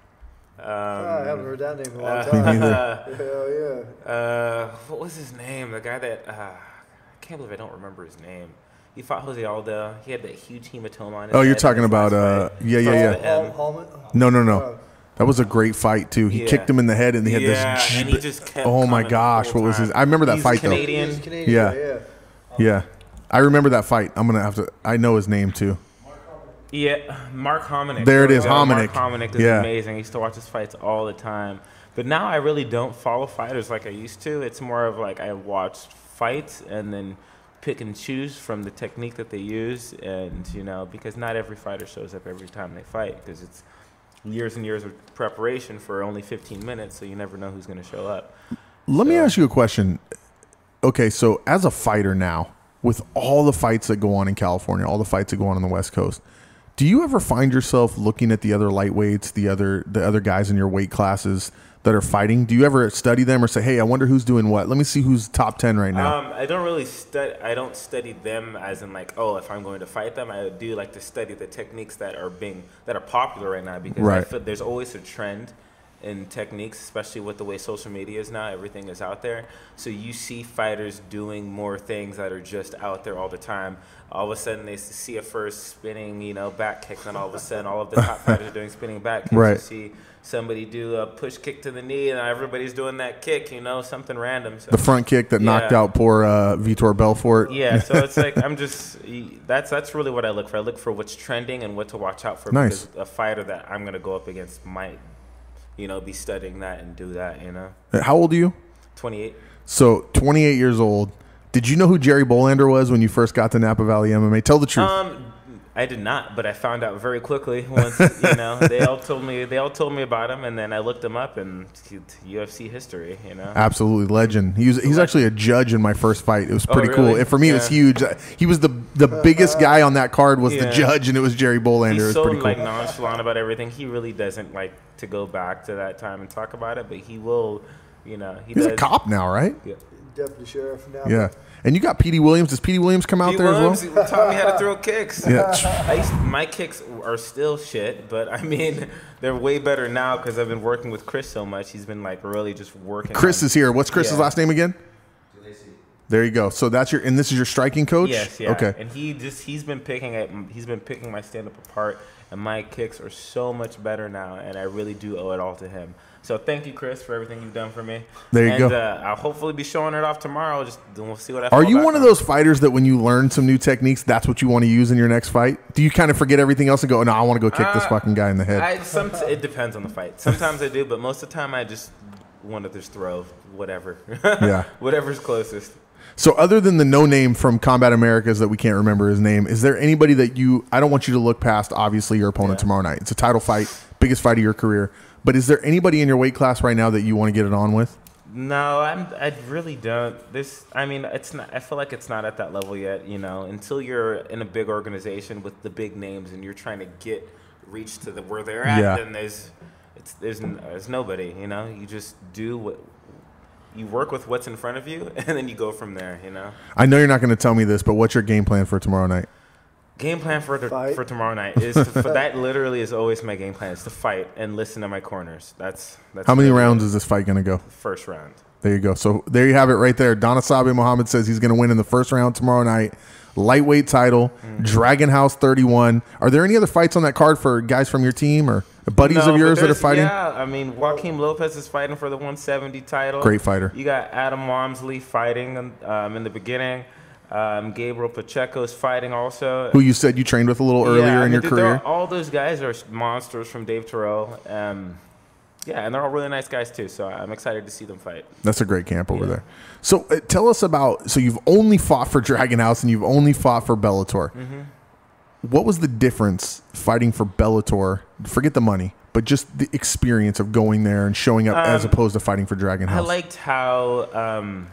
Speaker 2: Ah, I haven't heard that name in a long
Speaker 3: uh,
Speaker 1: Me
Speaker 2: time.
Speaker 1: neither.
Speaker 2: Hell yeah.
Speaker 3: uh, what was his name? The guy that uh, I can't believe I don't remember his name. He fought Jose Aldo. He had that huge hematoma on his
Speaker 1: Oh, you're
Speaker 3: head in
Speaker 1: talking
Speaker 3: his
Speaker 1: about uh,
Speaker 3: last fight.
Speaker 1: yeah, yeah, yeah.
Speaker 2: Hall-
Speaker 3: Um,
Speaker 2: Hallman?
Speaker 1: No, no, no.
Speaker 2: Oh.
Speaker 1: That was a great fight too. He
Speaker 3: Yeah.
Speaker 1: kicked him in the head, and he had
Speaker 3: yeah,
Speaker 1: this.
Speaker 3: and he just kept
Speaker 1: oh my
Speaker 3: coming the
Speaker 1: gosh,
Speaker 3: whole
Speaker 1: what was his?
Speaker 3: time.
Speaker 1: I remember that
Speaker 3: He's
Speaker 1: fight
Speaker 3: Canadian.
Speaker 2: He's Canadian.
Speaker 1: Yeah.
Speaker 2: Yeah. yeah.
Speaker 1: though. Yeah, I remember that fight. I'm gonna have to. I know his name too.
Speaker 3: Yeah, Mark Hominick.
Speaker 1: There it is,
Speaker 3: we go.
Speaker 1: Hominick.
Speaker 3: Mark Hominick is
Speaker 1: Yeah.
Speaker 3: amazing. I used to watch his fights all the time. But now I really don't follow fighters like I used to. It's more of like I watch fights and then pick and choose from the technique that they use. And, you know, because not every fighter shows up every time they fight because it's years and years of preparation for only 15 minutes, so you never know who's going to show up.
Speaker 1: Let me ask you a question. Okay, so as a fighter now, with all the fights that go on in California, all the fights that go on on the West Coast, do you ever find yourself looking at the other lightweights, the other the other guys in your weight classes that are fighting? Do you ever study them or say, "Hey, I wonder who's doing what. Let me see who's top 10 right now."
Speaker 3: Um, I don't really study. I don't study them as in like, oh, if I'm going to fight them, I do like to study the techniques that are being that are popular right now because I
Speaker 1: Right.
Speaker 3: feel there's always a trend in techniques, especially with the way social media is now. Everything is out there, so you see fighters doing more things that are just out there all the time. All of a sudden, they see a first spinning, you know, back kick, and all of a sudden, all of the top fighters are doing spinning back kicks. You
Speaker 1: Right.
Speaker 3: see somebody do a push kick to the knee, and everybody's doing that kick, you know, something random. So
Speaker 1: the front kick that knocked
Speaker 3: yeah.
Speaker 1: out poor uh, Vitor Belfort.
Speaker 3: yeah, so it's like I'm just that's that's really what I look for. I look for what's trending and what to watch out for
Speaker 1: Nice.
Speaker 3: because a fighter that I'm gonna go up against might, you know, be studying that and do that. You know,
Speaker 1: Uh, How old are you?
Speaker 3: 28.
Speaker 1: So, 28 years old. Did you know who Jerry Bolander was when you first got to Napa Valley MMA? Tell the truth.
Speaker 3: Um, I did not, but I found out very quickly once. you know, they all told me they all told me about him, and then I looked him up and it's UFC history. You know,
Speaker 1: Absolutely legend. He was, he's actually a judge in my first fight. It was pretty cool.
Speaker 3: Oh, really?
Speaker 1: And for me, it was
Speaker 3: Yeah.
Speaker 1: huge. He was the the biggest guy on that card was the
Speaker 3: Yeah.
Speaker 1: judge, and it was Jerry Bolander. It
Speaker 3: He's
Speaker 1: was
Speaker 3: so
Speaker 1: pretty cool.
Speaker 3: like nonchalant about everything. He really doesn't like to go back to that time and talk about it, but he will. You know, he
Speaker 1: he's
Speaker 3: does.
Speaker 1: a cop now, right?
Speaker 3: Yeah.
Speaker 2: Deputy sheriff now.
Speaker 1: Yeah. And you got Petey Williams. Does Petey Williams come out
Speaker 3: Pete
Speaker 1: there
Speaker 3: Williams
Speaker 1: as well?
Speaker 3: taught me how to throw kicks.
Speaker 1: Yeah.
Speaker 3: I used, my kicks are still shit, but I mean, they're way better now because I've been working with Chris so much. He's been like really just working.
Speaker 1: Chris
Speaker 3: on-
Speaker 1: is here. What's Chris's
Speaker 3: Yeah.
Speaker 1: last name again? There you go. So that's your and this is your striking coach.
Speaker 3: Yes, yeah.
Speaker 1: Okay.
Speaker 3: And he just he's been picking at he's been picking my stand up apart, and my kicks are so much better now, and I really do owe it all to him. So thank you, Chris, for everything you've done for me.
Speaker 1: There you
Speaker 3: and,
Speaker 1: go.
Speaker 3: Uh, I'll hopefully be showing it off tomorrow. Just then we'll see what I.
Speaker 1: Are
Speaker 3: fall
Speaker 1: you
Speaker 3: back
Speaker 1: one of
Speaker 3: on.
Speaker 1: those fighters that when you learn some new techniques, that's what you want to use in your next fight? Do you kind of forget everything else and go, "No, I want to go kick this
Speaker 3: Uh,
Speaker 1: fucking guy in the head"?
Speaker 3: I some it depends on the fight. Sometimes I do, but most of the time I just want to just throw whatever.
Speaker 1: Yeah.
Speaker 3: Whatever's closest.
Speaker 1: So, other than the no name from Combat Americas that we can't remember his name, is there anybody that you? I don't want you to look past. Obviously, your opponent
Speaker 3: Yeah.
Speaker 1: tomorrow night. It's a title fight, biggest fight of your career. But is there anybody in your weight class right now that you want to get it on with?
Speaker 3: No, I'm I really don't. This I mean, it's not I feel like it's not at that level yet, you know, until you're in a big organization with the big names and you're trying to get reach to the where they're at,
Speaker 1: Yeah.
Speaker 3: then there's it's there's n- there's nobody, you know. You just do what you work with what's in front of you and then you go from there, you know.
Speaker 1: I know you're not going to tell me this, but what's your game plan for tomorrow night?
Speaker 3: Game plan for the,
Speaker 2: Fight.
Speaker 3: for tomorrow night is to, for that. Literally, is always my game plan. Is to fight and listen to my corners. That's that's
Speaker 1: How many
Speaker 3: literally
Speaker 1: rounds is this fight going to go?
Speaker 3: the First round.
Speaker 1: There you go. So there you have it right there. Donna Sabi Muhammad says he's going to win in the first round tomorrow night. Lightweight title,
Speaker 3: Mm.
Speaker 1: Dragon House 31. Are there any other fights on that card for guys from your team or buddies
Speaker 3: No,
Speaker 1: of
Speaker 3: but
Speaker 1: yours that are
Speaker 3: there's-
Speaker 1: fighting?
Speaker 3: Yeah, I mean Joaquin Lopez is fighting for the 170 title.
Speaker 1: Great fighter.
Speaker 3: You got Adam Walmsley fighting um, in the beginning. Um, Gabriel Pacheco is fighting also.
Speaker 1: Who you said you trained with a little
Speaker 3: Yeah,
Speaker 1: earlier
Speaker 3: I
Speaker 1: in
Speaker 3: mean,
Speaker 1: your
Speaker 3: th- they're
Speaker 1: career?
Speaker 3: All those guys are monsters from Dave Terrell. Um, yeah, and they're all really nice guys too. So I'm excited to see them fight.
Speaker 1: That's a great camp over there. So uh, tell us about. So you've only fought for Dragon House and you've only fought for Bellator.
Speaker 3: Mm-hmm.
Speaker 1: What was the difference fighting for Bellator? Forget the money, but just the experience of going there and showing up as opposed to fighting for Dragon
Speaker 3: Um, I
Speaker 1: House.
Speaker 3: liked how um,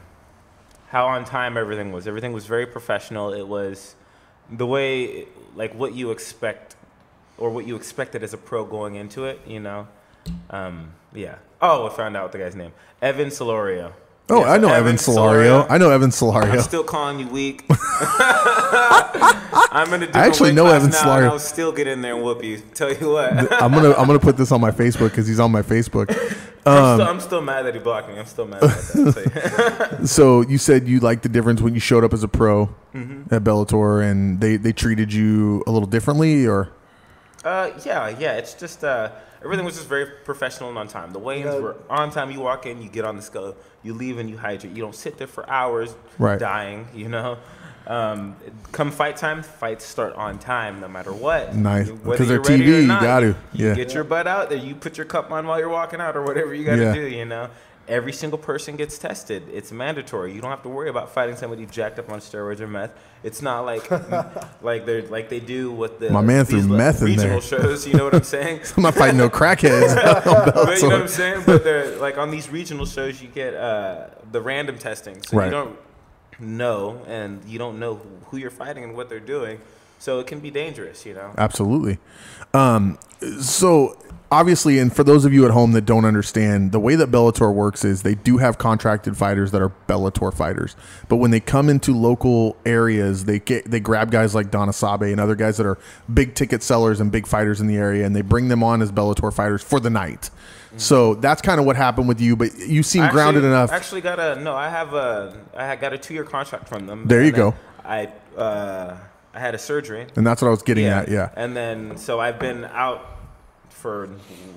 Speaker 3: how on time everything was. Everything was very professional. It was the way like what you expect or what you expected as a pro going into it. You know, um, yeah. Oh, I found out the guy's name, Evan Solorio.
Speaker 1: oh,
Speaker 3: Yeah,
Speaker 1: I
Speaker 3: so
Speaker 1: know Evan Solario. I know Evan Solario.
Speaker 3: I'm still calling you weak. I'm in a different
Speaker 1: actually
Speaker 3: weight
Speaker 1: know
Speaker 3: class
Speaker 1: Evan
Speaker 3: now, and
Speaker 1: Solario.
Speaker 3: I'll still get in there and whoop you. Tell you what, I'm,
Speaker 1: I'm gonna I'm gonna put this on my Facebook because he's on my Facebook. um,
Speaker 3: still, I'm still mad that he blocked me. I'm still mad about that. So-
Speaker 1: So you said you liked the difference when you showed up as a pro
Speaker 3: Mm-hmm.
Speaker 1: at Bellator and they they treated you a little differently, or
Speaker 3: Uh, yeah, yeah. It's just uh, everything was just very professional and on time. The weigh-ins
Speaker 2: Yeah.
Speaker 3: were on time. You walk in, you get on the scale, you leave, and you hydrate. You don't sit there for hours
Speaker 1: Right.
Speaker 3: dying. You know, Um, come fight time, fights start on time no matter what.
Speaker 1: Nice.
Speaker 3: You- whether
Speaker 1: 'Cause they're
Speaker 3: you're ready
Speaker 1: TV,
Speaker 3: or
Speaker 1: you
Speaker 3: not,
Speaker 1: gotta, yeah.
Speaker 3: You get your butt out there. You put your cup on while you're walking out or whatever you got to
Speaker 1: Yeah.
Speaker 3: do, you know. Every single person gets tested. It's mandatory. You don't have to worry about fighting somebody jacked up on steroids or meth. It's not like like they're like they do with the
Speaker 1: My man threw
Speaker 3: these, like,
Speaker 1: meth in there.
Speaker 3: regional shows, you know what I'm saying?
Speaker 1: I'm not fighting no crackheads.
Speaker 3: but you know what I'm saying? But they're like on these regional shows, you get uh, the random testing, so
Speaker 1: Right.
Speaker 3: you don't know, and you don't know who you're fighting and what they're doing, so it can be dangerous, you know.
Speaker 1: Absolutely. Um, so obviously, and for those of you at home that don't understand, the way that Bellator works is they do have contracted fighters that are Bellator fighters, but when they come into local areas, they get they grab guys like Don Asabe and other guys that are big ticket sellers and big fighters in the area, and they bring them on as Bellator fighters for the night. So that's kind of what happened with you, but you seem
Speaker 3: Mm. Actually-
Speaker 1: grounded enough.
Speaker 3: Actually, got a no. I have a I had- got a two year contract from them.
Speaker 1: There you
Speaker 3: and then
Speaker 1: go.
Speaker 3: I uh, I had a surgery.
Speaker 1: and that's what I was getting at. Yeah.
Speaker 3: And then so I've been out for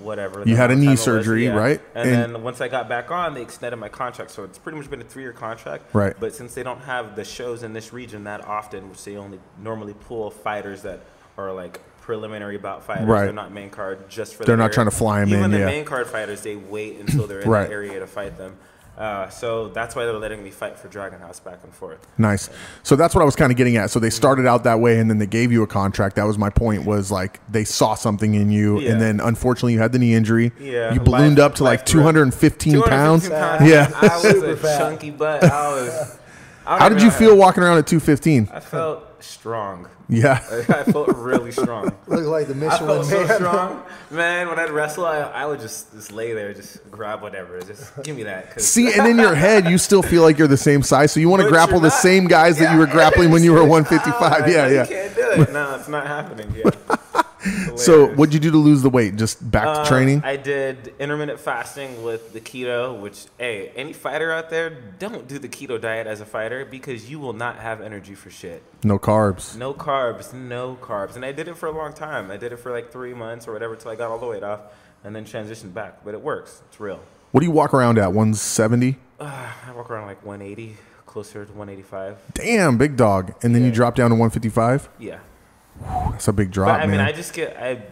Speaker 3: whatever.
Speaker 1: You
Speaker 3: the
Speaker 1: had a
Speaker 3: amount of
Speaker 1: knee
Speaker 3: time it was,
Speaker 1: surgery, right?
Speaker 3: And,
Speaker 1: And-
Speaker 3: then once I got back on, they extended my contract, so it's pretty much been a three-year contract.
Speaker 1: Right.
Speaker 3: But since they don't have the shows in this region that often, which they only normally pull fighters that are like preliminary bout fighters,
Speaker 1: Right.
Speaker 3: they're not main card just for.
Speaker 1: They're
Speaker 3: the
Speaker 1: not
Speaker 3: area.
Speaker 1: trying to fly 'em
Speaker 3: Even
Speaker 1: in,
Speaker 3: the
Speaker 1: yeah.
Speaker 3: main card fighters, they wait until they're in
Speaker 1: Right.
Speaker 3: the area to fight them. Uh, so that's why they're letting me fight for Dragon House back and forth.
Speaker 1: Nice. So that's what I was kind of getting at. So they started out that way, and then they gave you a contract. That was my point. Was like they saw something in you,
Speaker 3: Yeah.
Speaker 1: and then unfortunately you had the knee injury.
Speaker 3: Yeah,
Speaker 1: You ballooned
Speaker 3: life-
Speaker 1: up to
Speaker 3: life
Speaker 1: like
Speaker 3: threw-
Speaker 1: 215 pounds.
Speaker 3: 215
Speaker 1: Yeah.
Speaker 3: I was
Speaker 2: Super
Speaker 3: a
Speaker 2: fat.
Speaker 3: chunky butt. I was. I don't
Speaker 1: How did
Speaker 3: even
Speaker 1: you
Speaker 3: know
Speaker 1: feel walking around at 215?
Speaker 3: I felt strong.
Speaker 1: Yeah.
Speaker 3: Like, I felt really strong.
Speaker 2: Look like the
Speaker 3: I
Speaker 2: Michelin
Speaker 3: felt so
Speaker 2: Man.
Speaker 3: strong, man. When I'd wrestle, I, I would just just lay there, just grab whatever, just give me that. 'cause-
Speaker 1: See, and in your head, you still feel like you're the same size, so you want to
Speaker 3: But
Speaker 1: grapple
Speaker 3: you're
Speaker 1: the
Speaker 3: not.
Speaker 1: same guys that you were
Speaker 3: Yeah.
Speaker 1: grappling when you were
Speaker 3: It's just,
Speaker 1: 155.
Speaker 3: oh,
Speaker 1: Yeah,
Speaker 3: man,
Speaker 1: yeah.
Speaker 3: You can't do it. No, it's not happening. Yeah.
Speaker 1: So
Speaker 3: Hilarious.
Speaker 1: what'd you do to lose the weight? Just back
Speaker 3: Uh,
Speaker 1: to training.
Speaker 3: I did intermittent fasting with the keto, which hey, any fighter out there, don't do the keto diet as a fighter because you will not have energy for shit.
Speaker 1: No carbs.
Speaker 3: No carbs, no carbs. And I did it for a long time. I did it for like three months or whatever till I got all the weight off and then transitioned back. But it works. It's real.
Speaker 1: What do you walk around at? 170.
Speaker 3: Uh, I walk around like 180, closer to 185.
Speaker 1: Damn, big dog. And then you
Speaker 3: Yeah.
Speaker 1: drop down to 155.
Speaker 3: Yeah.
Speaker 1: That's a big drop,
Speaker 3: But I
Speaker 1: man.
Speaker 3: mean, I just get, I,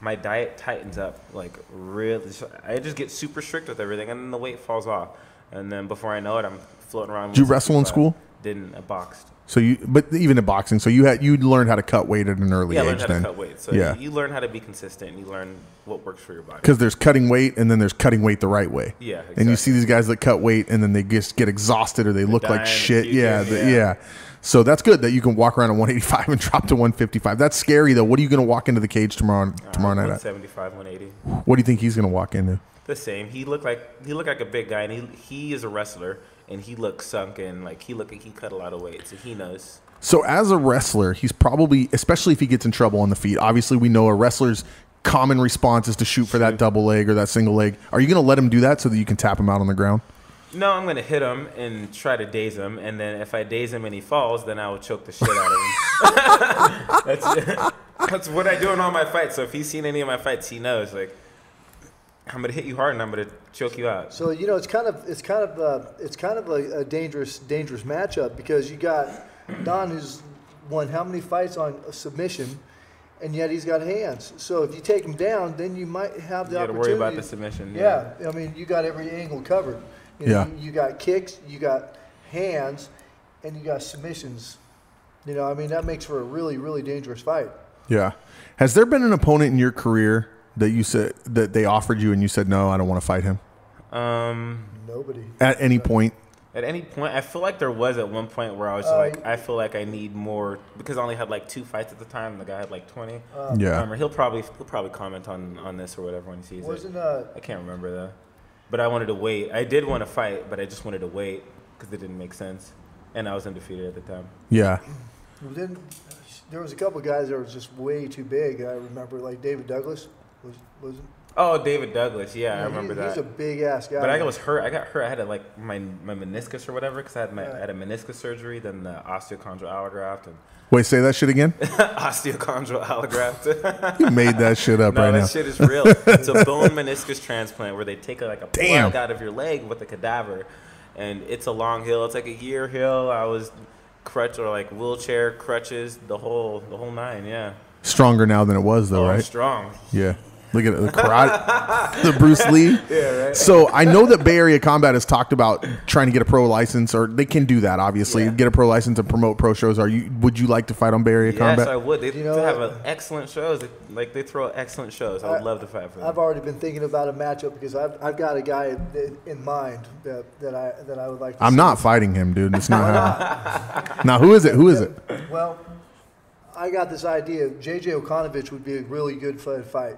Speaker 3: my diet tightens up like really. I just get super strict with everything and then the weight falls off. And then before I know it, I'm floating around.
Speaker 1: Did you wrestle in
Speaker 3: 165.
Speaker 1: school?
Speaker 3: Didn't. I boxed.
Speaker 1: So you, but even in boxing, so you had you learned how to cut weight at an early
Speaker 3: Yeah, I
Speaker 1: age
Speaker 3: learned how
Speaker 1: then,
Speaker 3: to cut weight. So
Speaker 1: Yeah.
Speaker 3: you, you learn how to be consistent. You learn what works for your body.
Speaker 1: because there's cutting weight and then there's cutting weight the right way.
Speaker 3: Yeah,
Speaker 1: and you
Speaker 3: exactly.
Speaker 1: see these guys that cut weight and then they just get exhausted or they look
Speaker 3: dying,
Speaker 1: like shit.
Speaker 3: puking,
Speaker 1: Yeah, the- yeah,
Speaker 3: yeah.
Speaker 1: So that's good that you can walk around at 185 and drop to 155. That's scary though. What are you going to walk into the cage tomorrow tomorrow night? At?
Speaker 3: 175, 180.
Speaker 1: What do you think he's going to walk into?
Speaker 3: The same. He looked like he looked like a big guy, and he he is a wrestler, and he looked sunken. Like he looked like he cut a lot of weight, so he knows.
Speaker 1: So as a wrestler, he's probably, especially if he gets in trouble on the feet. Obviously, we know a wrestler's common response is to shoot for that double leg or that single leg. Are you going to let him do that so that you can tap him out on the ground?
Speaker 3: No, I'm gonna hit him and try to daze him, and then if I daze him and he falls, then I will choke the shit out of him. that's that's what I do in all my fights. So if he's seen any of my fights, he knows. Like I'm gonna hit you hard, and I'm gonna choke you out.
Speaker 2: So you know, it's kind of it's kind of uh, it's kind of a, a dangerous dangerous matchup because you got Don who's won how many fights on submission, and yet he's got hands. So if you take him down, then you might have
Speaker 3: You
Speaker 2: the
Speaker 3: gotta
Speaker 2: opportunity.
Speaker 3: worry about the submission.
Speaker 2: Yeah, I mean, you got every angle covered. You
Speaker 1: Yeah.
Speaker 2: know, you, you got kicks, you got hands, and you got submissions. You know, I mean, that makes for a really really dangerous fight.
Speaker 1: Yeah. Has there been an opponent in your career that you said that they offered you and you said no, I don't want to fight him
Speaker 3: Um.
Speaker 2: Nobody.
Speaker 1: at any point?
Speaker 3: At any point, I feel like there was at one point where I was just
Speaker 2: Uh,
Speaker 3: like, I feel like I need more because I only had like two fights at the time. And the guy had like twenty.
Speaker 2: Uh,
Speaker 1: yeah.
Speaker 3: Um, or he'll probably he'll probably comment on on this or whatever when he sees it.
Speaker 2: Wasn't uh,
Speaker 3: I can't remember though. But I wanted to wait. I did want to fight, but I just wanted to wait because it didn't make sense, and I was undefeated at the time.
Speaker 1: Yeah.
Speaker 2: Well, Then there was a couple guys that was just way too big. I remember like David Douglas was was.
Speaker 3: Oh, David Douglas. Yeah, I remember
Speaker 2: he,
Speaker 3: that.
Speaker 2: He's a big ass guy.
Speaker 3: But I was hurt. I got hurt. I had a, like my my meniscus or whatever because I had my
Speaker 2: Right.
Speaker 3: I had a meniscus surgery, then the osteochondral allograft and
Speaker 1: Wait, say that shit again.
Speaker 3: osteochondral allograft.
Speaker 1: You made that shit up
Speaker 3: No,
Speaker 1: right
Speaker 3: that
Speaker 1: now.
Speaker 3: shit is real. it's a bone meniscus transplant where they take like a
Speaker 1: Damn.
Speaker 3: plug out of your leg with a cadaver, and it's a long hill. It's like a year hill. I was crutch or like wheelchair crutches, the whole the whole nine. Yeah,
Speaker 1: Stronger now than it was though,
Speaker 3: Oh,
Speaker 1: right?
Speaker 3: strong.
Speaker 1: Yeah. Look at the karate, the Bruce Lee.
Speaker 2: Yeah, right.
Speaker 1: So I know that Bay Area Combat has talked about trying to get a pro license, or they can do that. Obviously,
Speaker 3: Yeah.
Speaker 1: get a pro license and promote pro shows. Are you? Would you like to fight on Bay Area
Speaker 3: Yes,
Speaker 1: Combat?
Speaker 3: I would. They
Speaker 2: You know
Speaker 3: they have
Speaker 2: what?
Speaker 3: an excellent shows. They, like they throw excellent shows. I would
Speaker 2: I-
Speaker 3: love to fight for them.
Speaker 2: I've already been thinking about a matchup because I've, I've got a guy in- in mind that, that I that I would like. to
Speaker 1: I'm
Speaker 2: see.
Speaker 1: not fighting him, dude. It's not happening. now, who is it? Who is it?
Speaker 2: Well, I got this idea. JJ Okanovich would be a really good fun fight.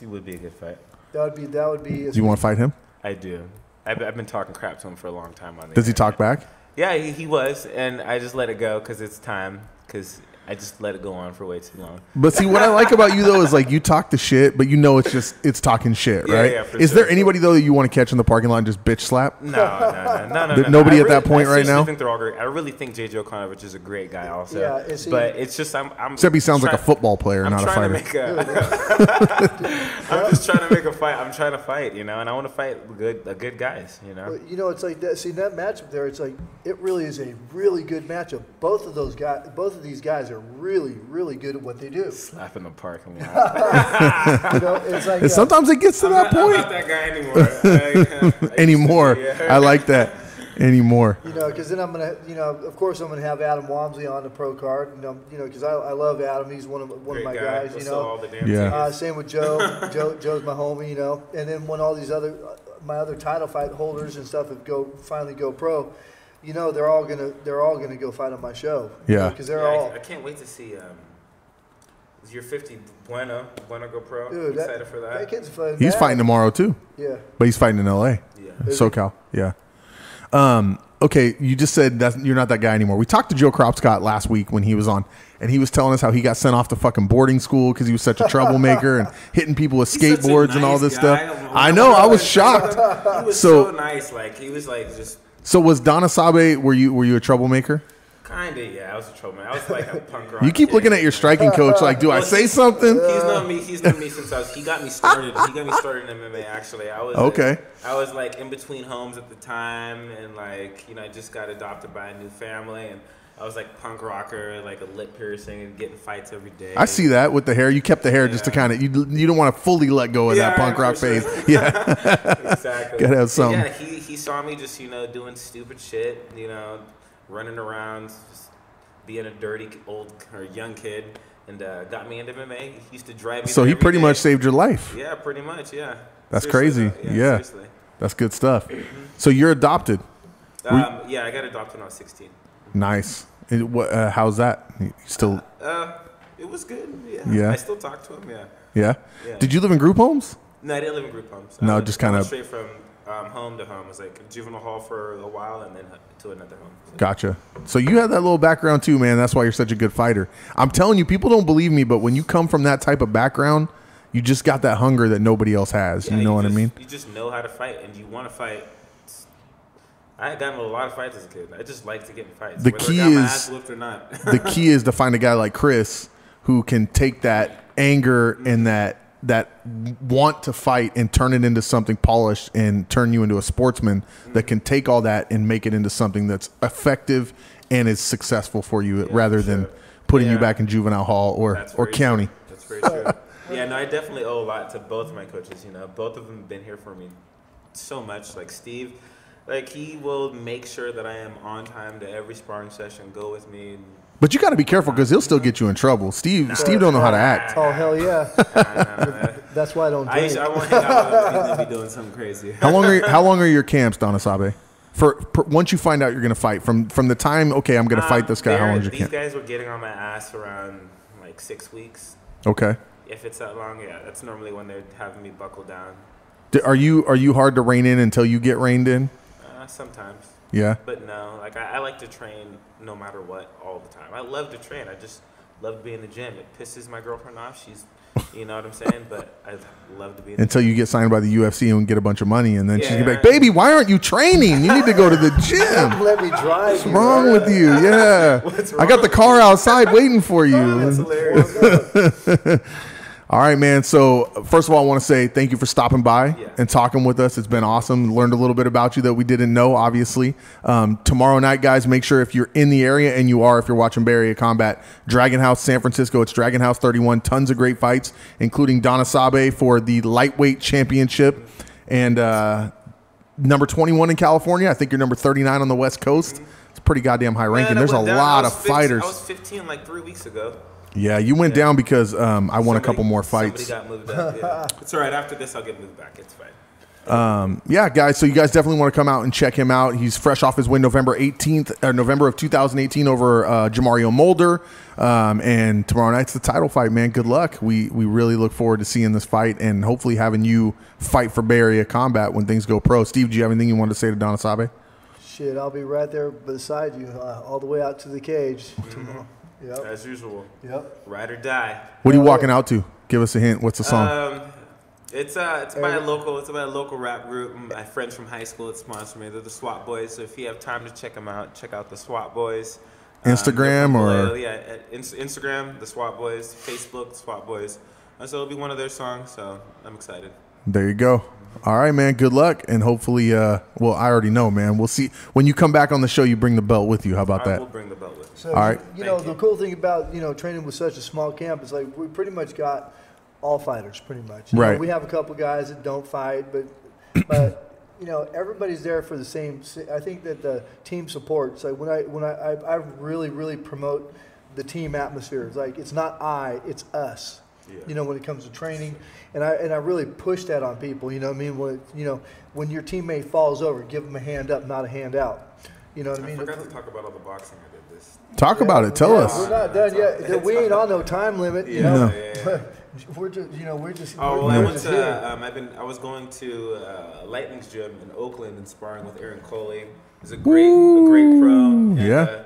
Speaker 3: he would be a good fight.
Speaker 2: That would be that would be.
Speaker 1: Do you want to fight him?
Speaker 3: I do. I've, I've been talking crap to him for a long time on the
Speaker 1: Does he
Speaker 3: internet.
Speaker 1: talk back?
Speaker 3: Yeah, he, he was, and I just let it go because it's time. Because I just let it go on for way too long.
Speaker 1: But see, what I like about you though is like you talk the shit, but you know it's just it's talking shit,
Speaker 3: Yeah,
Speaker 1: right?
Speaker 3: yeah, for
Speaker 1: is there
Speaker 3: sure.
Speaker 1: anybody though that you want to catch in the parking lot and just bitch slap?
Speaker 3: No, no, no, no, no, no.
Speaker 1: There- nobody
Speaker 3: I
Speaker 1: at that point
Speaker 3: I
Speaker 1: right
Speaker 3: seriously
Speaker 1: now?
Speaker 3: Think they're all great. I really think JJ Okanovich is a great guy, also.
Speaker 2: Yeah, is he-
Speaker 3: but it's just I'm. I'm
Speaker 1: Except he sounds like a
Speaker 3: try-
Speaker 1: football player,
Speaker 3: I'm
Speaker 1: not a
Speaker 3: trying
Speaker 1: fighter.
Speaker 3: to make a. I'm just trying to make a fight. I'm trying to fight, you know, and I want to fight good, the good guys, you know.
Speaker 2: But, you know, it's like that. See that matchup there. It's like it really is a really good matchup. Both of those guys, both of these guys are really, really good at what they do.
Speaker 3: Slap in the parking lot.
Speaker 2: You know, it's like
Speaker 1: And
Speaker 2: uh,
Speaker 1: sometimes it gets to that
Speaker 3: I'm
Speaker 1: point
Speaker 3: not that guy anymore. I- I-
Speaker 1: anymore.
Speaker 3: Yeah.
Speaker 1: I like that anymore.
Speaker 2: you know, because then I'm gonna, you know, of course I'm gonna have Adam Wamsley on the pro card. You know, you know, because I, I love Adam. He's one of one
Speaker 3: Great
Speaker 2: of my
Speaker 3: guy.
Speaker 2: guys.
Speaker 3: We'll
Speaker 2: You
Speaker 3: sell all
Speaker 2: know,
Speaker 3: the damn
Speaker 1: Yeah.
Speaker 3: tickets.
Speaker 2: uh, same with Joe. Joe. Joe's my homie. You know, and then when all these other uh, my other title fight holders and stuff have go finally go pro, you know, they're all gonna they're all gonna go fight on my show.
Speaker 1: Yeah.
Speaker 2: because they're
Speaker 3: Yeah, I-
Speaker 2: all.
Speaker 3: I, can't wait to see um, your 50 Bueno, Bueno Go Pro.
Speaker 2: Dude,
Speaker 3: I'm excited for that.
Speaker 2: kid's fighting.
Speaker 1: He's fighting tomorrow too,
Speaker 2: Yeah.
Speaker 1: but he's fighting in L.A.
Speaker 3: yeah.
Speaker 2: Is he?
Speaker 1: SoCal. Yeah. Um, okay, you just said that you're not that guy anymore. We talked to Joe Cropscott last week when he was on, and he was telling us how he got sent off to fucking boarding school because he was such a troublemaker and hitting people with
Speaker 3: He's such a
Speaker 1: skateboards and all
Speaker 3: nice
Speaker 1: this
Speaker 3: guy.
Speaker 1: stuff. I know, I was shocked.
Speaker 3: He was
Speaker 1: So-
Speaker 3: so, nice. Like, he was like just
Speaker 1: So was Donna Sabe? Were you were you a troublemaker?
Speaker 3: kind of, yeah, I was a trouble man. I was like a punk rock.
Speaker 1: You keep
Speaker 3: kid.
Speaker 1: looking at your striking coach like, do I
Speaker 3: Well,
Speaker 1: say
Speaker 3: he's-
Speaker 1: something?
Speaker 3: He's known me. He's known me since I was. He got me started. he got me started in MMA. Actually, I was uh,
Speaker 1: Okay.
Speaker 3: I was like in between homes at the time, and like you know, I just got adopted by a new family, and I was like punk rocker, like a lip piercing, and getting fights every day.
Speaker 1: I see that with the hair. You kept the hair just to
Speaker 3: Yeah.
Speaker 1: kind of you you don't want to fully let go of
Speaker 3: Yeah,
Speaker 1: that punk
Speaker 3: for
Speaker 1: rock
Speaker 3: sure.
Speaker 1: phase. Yeah,
Speaker 3: exactly.
Speaker 1: Gotta have
Speaker 3: So,
Speaker 1: something.
Speaker 3: Yeah, he, he saw me just, you know, doing stupid shit, you know, running around, just being a dirty old or young kid, and uh, got me into MMA. He used to drive me.
Speaker 1: so
Speaker 3: there
Speaker 1: he
Speaker 3: every
Speaker 1: pretty
Speaker 3: day.
Speaker 1: much saved your life.
Speaker 3: Yeah, pretty much, yeah.
Speaker 1: That's
Speaker 3: Seriously,
Speaker 1: crazy. Yeah.
Speaker 3: Seriously.
Speaker 1: That's good stuff. So you're adopted.
Speaker 3: Um, yeah, I got adopted when I was 16.
Speaker 1: Nice. And what, uh, how's that? You still,
Speaker 3: Uh, it was good, yeah.
Speaker 1: Yeah.
Speaker 3: I still talk to him, yeah.
Speaker 1: yeah?
Speaker 3: Yeah.
Speaker 1: Did you live in group homes?
Speaker 3: No, I didn't live in group homes.
Speaker 1: No,
Speaker 3: I lived-
Speaker 1: just
Speaker 3: I
Speaker 1: kinda-
Speaker 3: went Straight from um, home to home. It was like juvenile hall for a while and then uh, to another home.
Speaker 1: Gotcha. So you had that little background too, man. That's why you're such a good fighter. I'm telling you, people don't believe me, but when you come from that type of background, you just got that hunger that nobody else has.
Speaker 3: Yeah,
Speaker 1: you know what
Speaker 3: just-
Speaker 1: I mean?
Speaker 3: You just know how to fight, and you want to fight. I had gotten a lot of fights as a kid. I just like to get in fights.
Speaker 1: The
Speaker 3: whether
Speaker 1: key
Speaker 3: I got my
Speaker 1: is-
Speaker 3: ass whooped or not.
Speaker 1: the key is to find a guy like Chris who can take that anger and that that want to fight and turn it into something polished and turn you into a sportsman that can take all that and make it into something that's effective and is successful for you rather than
Speaker 3: sure.
Speaker 1: putting you
Speaker 3: Yeah.
Speaker 1: back in juvenile hall or
Speaker 3: That's
Speaker 1: or
Speaker 3: very
Speaker 1: county.
Speaker 3: True. That's very true. yeah, no, I definitely owe a lot to both of my coaches. You know, both of them have been here for me so much. Like Steve, like he will make sure that I am on time to every sparring session. Go with me. And,
Speaker 1: But you got to be careful cuz he'll still get you in trouble. Steve Steve don't know how to act.
Speaker 2: Oh hell yeah!
Speaker 3: I,
Speaker 2: That's why I don't
Speaker 3: I,
Speaker 2: drink.
Speaker 3: I want to hang out with him. He's gonna be doing something crazy.
Speaker 1: How long are you, how long are your camps, Donasabe? For, for once you find out you're going to fight from from the time okay, I'm going to fight
Speaker 3: Um,
Speaker 1: this guy. How
Speaker 3: they're-
Speaker 1: long is your
Speaker 3: These
Speaker 1: camp?
Speaker 3: guys were getting on my ass around like six weeks.
Speaker 1: Okay.
Speaker 3: If it's that long, yeah, that's normally when they're having me buckle down.
Speaker 1: D- Are you are you hard to rein in until you get reined in?
Speaker 3: Uh, sometimes,
Speaker 1: Yeah.
Speaker 3: but no, like I, I like to train no matter what all the time. I love to train. I just love to be in the gym. It pisses my girlfriend off. She's, you know what I'm saying. But I love to be in the
Speaker 1: Until you get signed by the UFC and get a bunch of money, and then she's gonna be
Speaker 3: Yeah.
Speaker 1: like, "Baby, why aren't you training? You need to go to the gym."
Speaker 2: Let me drive. What's
Speaker 1: What's wrong with you? Yeah,
Speaker 3: What's
Speaker 1: I got the car outside waiting for you.
Speaker 3: That's hilarious.
Speaker 1: All right, man. So first of all, I want to say thank you for stopping by
Speaker 3: Yeah.
Speaker 1: and talking with us. It's been awesome. Learned a little bit about you that we didn't know, obviously. Um, tomorrow night, guys, make sure if you're in the area, and you are if you're watching Bay Area Combat, Dragon House San Francisco. It's Dragon House 31. Tons of great fights, including Donna Sabe for the lightweight championship, and uh, number 21 in California. I think you're number 39 on the West Coast. It's pretty goddamn high ranking.
Speaker 3: Man, I
Speaker 1: There's a
Speaker 3: went down. I
Speaker 1: lot
Speaker 3: was
Speaker 1: of
Speaker 3: 15
Speaker 1: fighters.
Speaker 3: I was 15 like three weeks ago.
Speaker 1: yeah, you went down because um, I won a couple more fights.
Speaker 3: Somebody got moved up. Yeah. it's all right. After this, I'll get moved back. It's fine.
Speaker 1: yeah, guys. So you guys definitely want to come out and check him out. He's fresh off his win November 18th, or November of 2018 over uh, Jamario Molder. Um, and tomorrow night's the title fight, man. Good luck. We we really look forward to seeing this fight and hopefully having you fight for Bay Area Combat when things go pro. Steve, do you have anything you wanted to say to Donna Sabe?
Speaker 2: Shit, I'll be right there beside you, uh, all the way out to the cage
Speaker 3: Mm-hmm.
Speaker 2: tomorrow. Yep.
Speaker 3: As usual,
Speaker 2: Yep.
Speaker 3: ride or die.
Speaker 1: What are you
Speaker 2: Yeah.
Speaker 1: walking out to? Give us a hint. What's the song?
Speaker 2: uh,
Speaker 3: Um, it's uh, it's my
Speaker 2: Eric.
Speaker 3: local, it's my local rap group. My friends from high school that sponsor me. They're the SWAT Boys. So if you have time to check them out, check out the SWAT Boys. Um,
Speaker 1: Instagram
Speaker 3: they're from
Speaker 1: or-
Speaker 3: Vallejo, yeah, at Ins- Instagram, the SWAT Boys, Facebook, the SWAT Boys. And so it'll be one of their songs. So I'm excited.
Speaker 1: There you go. All right, man. Good luck, and hopefully, uh, well, I already know, man. We'll see when you come back on the show. You bring the belt with you. How about
Speaker 3: I
Speaker 1: that?
Speaker 3: will bring the belt with. me.
Speaker 2: So,
Speaker 1: All right.
Speaker 2: You know,
Speaker 3: Thank
Speaker 2: the
Speaker 3: you.
Speaker 2: cool thing about, you know, training with such a small camp is like we pretty much got all fighters, pretty much. You know,
Speaker 1: Right.
Speaker 2: we have a couple guys that don't fight, but, but you know, everybody's there for the same. I think that the team supports. Like when I when I I, I really really promote the team atmosphere. It's like it's not I, it's us. You know, when it comes to training, and I and I really push that on people. You know, what I mean, when you know when your teammate falls over, give them a hand up, not a hand out. You know what I
Speaker 3: I
Speaker 2: mean?
Speaker 3: forgot to talk about all the boxing I did this.
Speaker 1: Talk about it. Tell
Speaker 2: Yeah,
Speaker 1: us.
Speaker 2: We're not done yet. we ain't on no time limit. You
Speaker 3: Yeah,
Speaker 2: know?
Speaker 3: No. yeah, yeah.
Speaker 2: We're just, you know, we're just.
Speaker 3: Oh, well,
Speaker 2: we're
Speaker 3: I went
Speaker 2: just here.
Speaker 3: to, um, I've been, I was going to uh, Lightning's gym in Oakland and sparring with Aaron Coley. He's a great, a great pro. And,
Speaker 1: yeah.
Speaker 3: Uh,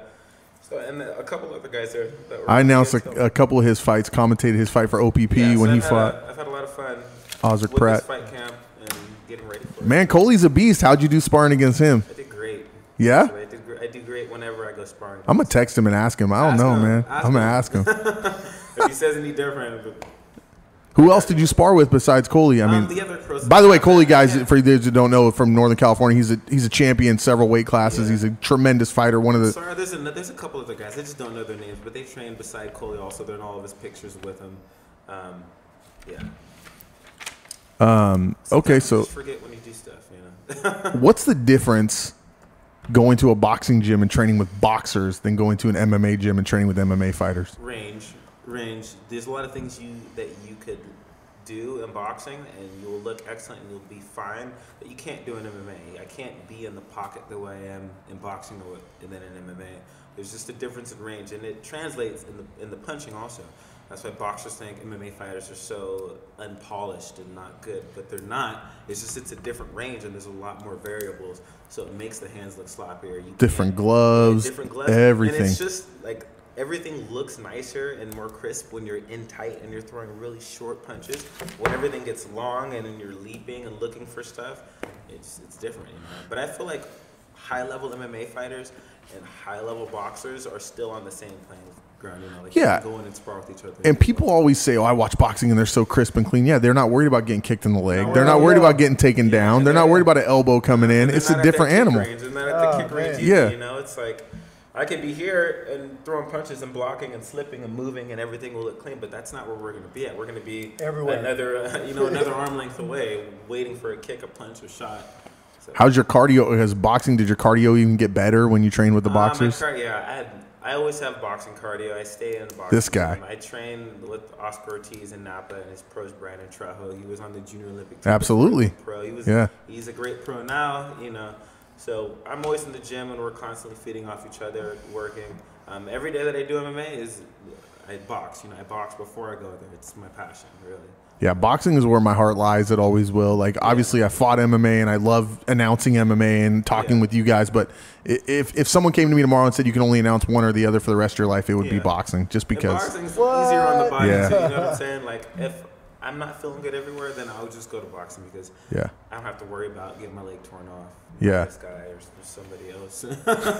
Speaker 3: so, and a couple other guys there. That were
Speaker 1: I announced
Speaker 3: really good,
Speaker 1: a, a couple of his fights, commentated his fight for OPP
Speaker 3: so- Yeah, so
Speaker 1: when he
Speaker 3: I've had
Speaker 1: fought.
Speaker 3: A, I've had a lot of fun
Speaker 1: Ozric
Speaker 3: with
Speaker 1: Pratt.
Speaker 3: this fight camp and getting ready for it.
Speaker 1: Man, Coley's a beast. How'd you do sparring against him?
Speaker 3: I did great.
Speaker 1: Yeah?
Speaker 3: I, did, gr- I do great whenever I go sparring.
Speaker 1: I'm gonna text him and ask him. I don't
Speaker 3: Ask
Speaker 1: know,
Speaker 3: him.
Speaker 1: man.
Speaker 3: Ask
Speaker 1: I'm gonna ask
Speaker 3: him.
Speaker 1: him.
Speaker 3: if he says any different, but,
Speaker 1: Who else did you spar with besides Coley? I
Speaker 3: um,
Speaker 1: mean,
Speaker 3: the other pros.
Speaker 1: By the way, Coley, guys, for those who don't know, from Northern California, he's a he's a champion several weight classes.
Speaker 3: Yeah.
Speaker 1: He's a tremendous fighter. One of the
Speaker 3: Sorry, there's a, there's a couple other guys. I just don't know their names, but they trained beside Coley also. They're in all of his pictures with him. Um, yeah.
Speaker 1: okay.
Speaker 3: Sometimes you
Speaker 1: So,
Speaker 3: just forget when you do stuff, you know.
Speaker 1: what's the difference going to a boxing gym and training with boxers than going to an MMA gym and training with MMA fighters?
Speaker 3: range, range. There's a lot of things you that you could do in boxing, and you'll look excellent and you'll be fine. But you can't do in MMA. I can't be in the pocket the way I am in boxing, or and then in MMA. There's just a difference in range, and it translates in the in the punching also. That's why boxers think MMA fighters are so unpolished and not good, but they're not. It's just it's a different range, and there's a lot more variables, so it makes the hands look sloppier. You
Speaker 1: Different
Speaker 3: can't-
Speaker 1: gloves,
Speaker 3: different gloves, And
Speaker 1: everything.
Speaker 3: it's just like everything looks nicer and more crisp when you're in tight and you're throwing really short punches. When everything gets long and then you're leaping and looking for stuff, it's it's different. You know? But I feel like high level MMA fighters and high level boxers are still on the same playing ground. You know, like
Speaker 1: Yeah.
Speaker 3: you can go in and spar with each other.
Speaker 1: And people always say, "Oh, I watch boxing and they're so crisp and clean." Yeah, they're not worried about getting kicked in the leg.
Speaker 3: No,
Speaker 1: they're not
Speaker 2: yeah.
Speaker 1: worried about getting taken down. They're not worried about an elbow coming in.
Speaker 3: They're
Speaker 1: It's a
Speaker 3: not at that
Speaker 1: different
Speaker 3: kick
Speaker 1: animal.
Speaker 3: range. They're not at the
Speaker 2: Oh,
Speaker 3: kick range
Speaker 2: man.
Speaker 3: either,
Speaker 1: Yeah.
Speaker 3: You know, it's like I could be here and throwing punches and blocking and slipping and moving and everything will look clean, but that's not where we're going to be at. We're going to be
Speaker 2: Everywhere.
Speaker 3: another, uh, you know, another arm length away, waiting for a kick, a punch, or shot. So,
Speaker 1: How's your cardio? Has boxing? Did your cardio even get better when you trained with the
Speaker 3: Uh, my
Speaker 1: boxers?
Speaker 3: car- yeah, I had. I always have boxing cardio. I stay in the boxing.
Speaker 1: This guy.
Speaker 3: gym. I train with Oscar Ortiz in Napa and his pros Brandon Trejo. He was on the Junior Olympic team.
Speaker 1: Absolutely.
Speaker 3: pro. He was
Speaker 1: Yeah.
Speaker 3: he's a great pro now, you know. So I'm always in the gym and we're constantly feeding off each other, working. Um, every day that I do MMA is I box, you know, I box before I go there. It's my passion, really.
Speaker 1: Yeah, boxing is where my heart lies. It always will. Like, obviously, I fought MMA and I love announcing MMA and talking
Speaker 3: Yeah.
Speaker 1: with you guys. But i- if if someone came to me tomorrow and said you can only announce one or the other for the rest of your life, it would be
Speaker 3: Yeah.
Speaker 1: boxing, just
Speaker 3: And
Speaker 1: because.
Speaker 3: boxing's easier on the body
Speaker 1: Yeah.
Speaker 3: too, you know what I'm saying? Like if I'm not feeling good everywhere, then I'll just go to boxing because
Speaker 1: Yeah.
Speaker 3: I don't have to worry about getting my leg torn off. by
Speaker 1: Yeah.
Speaker 3: This guy or s- somebody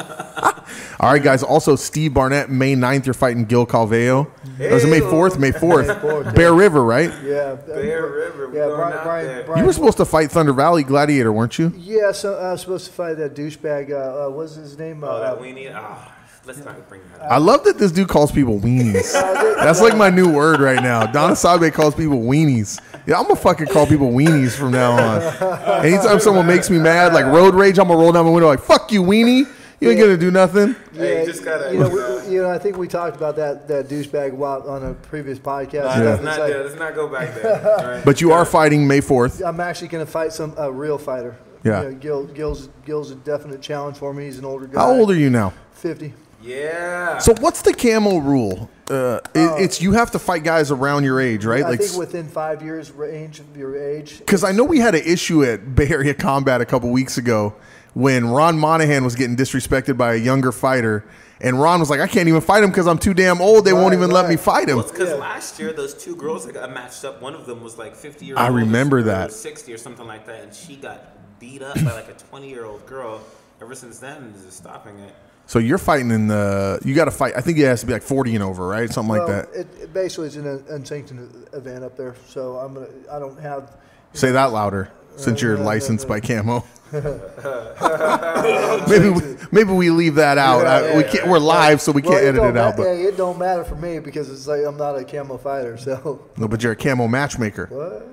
Speaker 3: else.
Speaker 1: All right, guys. Also, Steve Barnett, May 9th, you're fighting Gil Calveo. That was May
Speaker 3: Hey-o.
Speaker 1: 4th, May 4th.
Speaker 2: Boy,
Speaker 1: Bear River, right?
Speaker 2: yeah.
Speaker 3: Bear River, we
Speaker 2: Yeah,
Speaker 3: going
Speaker 2: Brian.
Speaker 3: out there.
Speaker 2: Brian,
Speaker 1: You
Speaker 2: Brian
Speaker 1: were supposed to fight Thunder Valley Gladiator, weren't you?
Speaker 2: Yeah, so I was supposed to fight that douchebag. Uh, uh, what's his name?
Speaker 3: oh,
Speaker 2: uh,
Speaker 3: that we need. Ah, let's not bring that up.
Speaker 1: I love that this dude calls people weenies. That's like my new word right now. Donna Sabe calls people weenies. Yeah, I'm gonna fucking call people weenies from now on. Anytime someone makes me mad, like road rage, I'm gonna roll down my window like "fuck you, weenie." You ain't gonna do nothing.
Speaker 3: Hey, you just gotta.
Speaker 2: you know, we, you know, I think we talked about that that douchebag while on a previous podcast.
Speaker 3: Nah,
Speaker 2: It's
Speaker 3: let's, not,
Speaker 2: like,
Speaker 3: do- let's not go back there. all right?
Speaker 1: But you are fighting May 4th.
Speaker 2: I'm actually going to fight some a real fighter.
Speaker 1: Yeah.
Speaker 2: You know, Gil, Gil's Gil's a definite challenge for me. He's an older guy.
Speaker 1: How old are you now?
Speaker 2: Fifty.
Speaker 3: Yeah.
Speaker 1: So what's the camo rule? Uh, it, it's you have to fight guys around your age, right?
Speaker 2: I
Speaker 1: Like,
Speaker 2: think within five years range of your age.
Speaker 1: because I know we had an issue at Bay Area Combat a couple weeks ago when Ron Monahan was getting disrespected by a younger fighter, and Ron was like, "I can't even fight him because I'm too damn old. They won't
Speaker 2: Right,
Speaker 1: even let me
Speaker 2: right.
Speaker 1: fight him."
Speaker 3: Well, it's because
Speaker 2: Yeah.
Speaker 3: last year those two girls that got matched up, one of them was like 50 years
Speaker 1: I
Speaker 3: old. or
Speaker 1: remember
Speaker 3: s- or
Speaker 1: that.
Speaker 3: 60 or something like that, and she got beat up by like a 20 year old girl. Ever since then, is just stopping it.
Speaker 1: So you're fighting in the you got to fight. I think it has to be like 40 and over, right? Something like
Speaker 2: well,
Speaker 1: that.
Speaker 2: It, it basically is an unsanctioned event up there, so I'm gonna. I don't have.
Speaker 1: Say that louder, since you're
Speaker 2: uh,
Speaker 1: licensed by Camo. maybe we, maybe we leave that out. I- we can't, we're live, so we
Speaker 2: Well,
Speaker 1: can't edit
Speaker 2: don't
Speaker 1: it out.
Speaker 2: ma-
Speaker 1: But
Speaker 2: yeah, it don't matter for me because it's like I'm not a camo fighter, so.
Speaker 1: no, but you're a Camo matchmaker.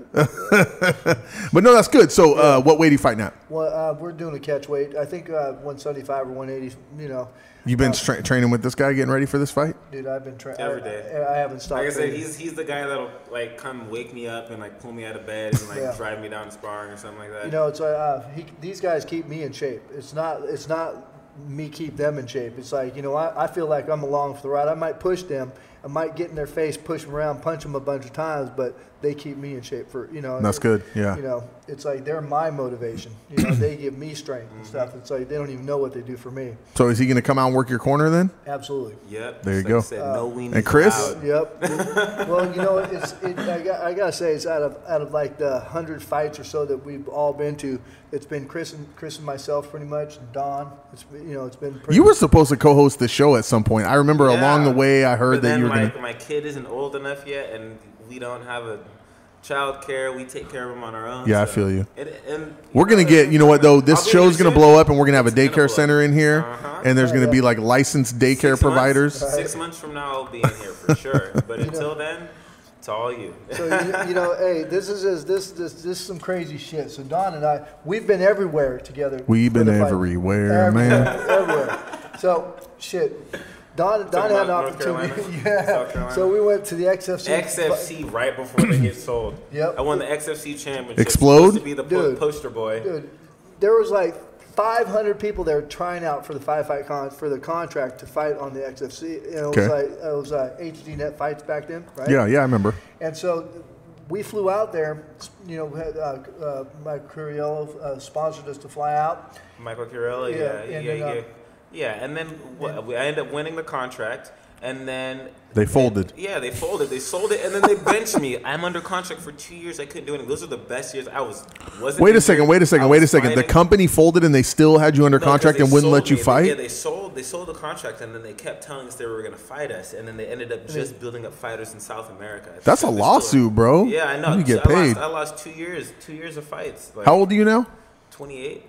Speaker 1: but no, that's good. So uh, what weight are you fighting at?
Speaker 2: Well, uh, we're doing a catch weight. I think uh, 175 or 180. You know,
Speaker 1: You've been stra- training with this guy, getting ready for this fight.
Speaker 2: dude, I've been training
Speaker 3: Every
Speaker 2: I,
Speaker 3: day.
Speaker 2: I, haven't stopped.
Speaker 3: Like I said,
Speaker 2: training.
Speaker 3: he's he's the guy that'll like come wake me up and like pull me out of bed and like
Speaker 2: Yeah.
Speaker 3: drive me down to sparring or something like that.
Speaker 2: you know, it's like uh, he, these guys keep me in shape. It's not. It's not me keep them in shape. It's like you know, I, I feel like I'm along for the ride. I might push them. I might get in their face, push them around, punch them a bunch of times, but they keep me in shape for you know.
Speaker 1: That's good, yeah.
Speaker 2: You know, it's like they're my motivation. You know, they give me strength and stuff. It's like they don't even know what they do for me.
Speaker 1: So is he going to come out and work your corner then?
Speaker 2: Absolutely.
Speaker 3: yep.
Speaker 1: There you
Speaker 3: just like
Speaker 1: go.
Speaker 3: Said, no weenies
Speaker 1: and Chris?
Speaker 3: allowed.
Speaker 2: Yep. well, you know, it's it, I, got, I gotta say, it's out of out of like the hundred fights or so that we've all been to. It's been Chris and Chris and myself pretty much. And Don. It's been- you know, it's been pretty.
Speaker 1: You were supposed to co-host the show at some point. I remember along the
Speaker 3: Yeah.
Speaker 1: way I heard
Speaker 3: But
Speaker 1: that
Speaker 3: then
Speaker 1: you were
Speaker 3: my,
Speaker 1: going to.
Speaker 3: my kid isn't old enough yet, and we don't have a child care. We take care of him on our own.
Speaker 1: Yeah, I
Speaker 3: so-
Speaker 1: feel you.
Speaker 3: And, and-
Speaker 1: We're gonna get, you know what though? This
Speaker 3: I'll be
Speaker 1: show's
Speaker 3: here
Speaker 1: gonna
Speaker 3: soon.
Speaker 1: blow up, and we're gonna have a
Speaker 3: It's gonna blow
Speaker 1: daycare
Speaker 3: up.
Speaker 1: center in here,
Speaker 3: Uh-huh.
Speaker 1: and there's gonna be like licensed daycare
Speaker 3: Six months-
Speaker 1: providers.
Speaker 3: six months from now, I'll be in here for sure. But until then, it's all you.
Speaker 2: So you, you know, hey, this is is- this this this is some crazy shit. So Don and I, we've been everywhere together.
Speaker 1: We've
Speaker 2: for
Speaker 1: been
Speaker 2: the fight.
Speaker 1: everywhere, man.
Speaker 2: Everywhere, everywhere. So shit. Don, Don had an
Speaker 3: North
Speaker 2: opportunity.
Speaker 3: Carolina? South
Speaker 2: yeah.
Speaker 3: Carolina?
Speaker 2: So we went to the XFC.
Speaker 3: XFC right before they get sold.
Speaker 2: Yep.
Speaker 3: I won the XFC championship.
Speaker 1: Explode?
Speaker 3: Supposed to be the po-
Speaker 2: Dude.
Speaker 3: poster boy.
Speaker 2: Dude, there was like 500 people there trying out for the five fight con for the contract to fight on the XFC. You know, it
Speaker 1: Okay.
Speaker 2: was like it was uh, HD net fights back then, right?
Speaker 1: Yeah, yeah, I remember.
Speaker 2: And so we flew out there. You know, we had, uh, uh, Mike Curiello uh, sponsored us to fly out.
Speaker 3: Michael Chiarella,
Speaker 2: Yeah,
Speaker 3: yeah, yeah,
Speaker 2: and
Speaker 3: yeah,
Speaker 2: then,
Speaker 3: yeah.
Speaker 2: uh,
Speaker 3: and then what, we, I ended up winning the contract, and then
Speaker 1: They folded.
Speaker 3: yeah, they folded, they sold it, and then they benched me. I'm under contract for two years. I couldn't do anything. Those are the best years I was. Wasn't
Speaker 1: Wait a
Speaker 3: injured.
Speaker 1: second, wait a
Speaker 3: I
Speaker 1: second, wait a
Speaker 3: was
Speaker 1: second. The
Speaker 3: fighting.
Speaker 1: company folded, and they still had you under
Speaker 3: No, 'cause
Speaker 1: contract
Speaker 3: they
Speaker 1: and wouldn't
Speaker 3: sold
Speaker 1: let you
Speaker 3: me. They- Yeah,
Speaker 1: fight.
Speaker 3: they sold they sold the contract and then they kept telling us they were going to fight us and then they ended up just building up fighters in South America. I think
Speaker 1: That's a
Speaker 3: they're still-
Speaker 1: lawsuit, bro.
Speaker 3: Yeah, I know.
Speaker 1: You get
Speaker 3: I
Speaker 1: paid.
Speaker 3: Lost, I lost two years, two years of fights. Like
Speaker 1: How old are you now?
Speaker 3: 28.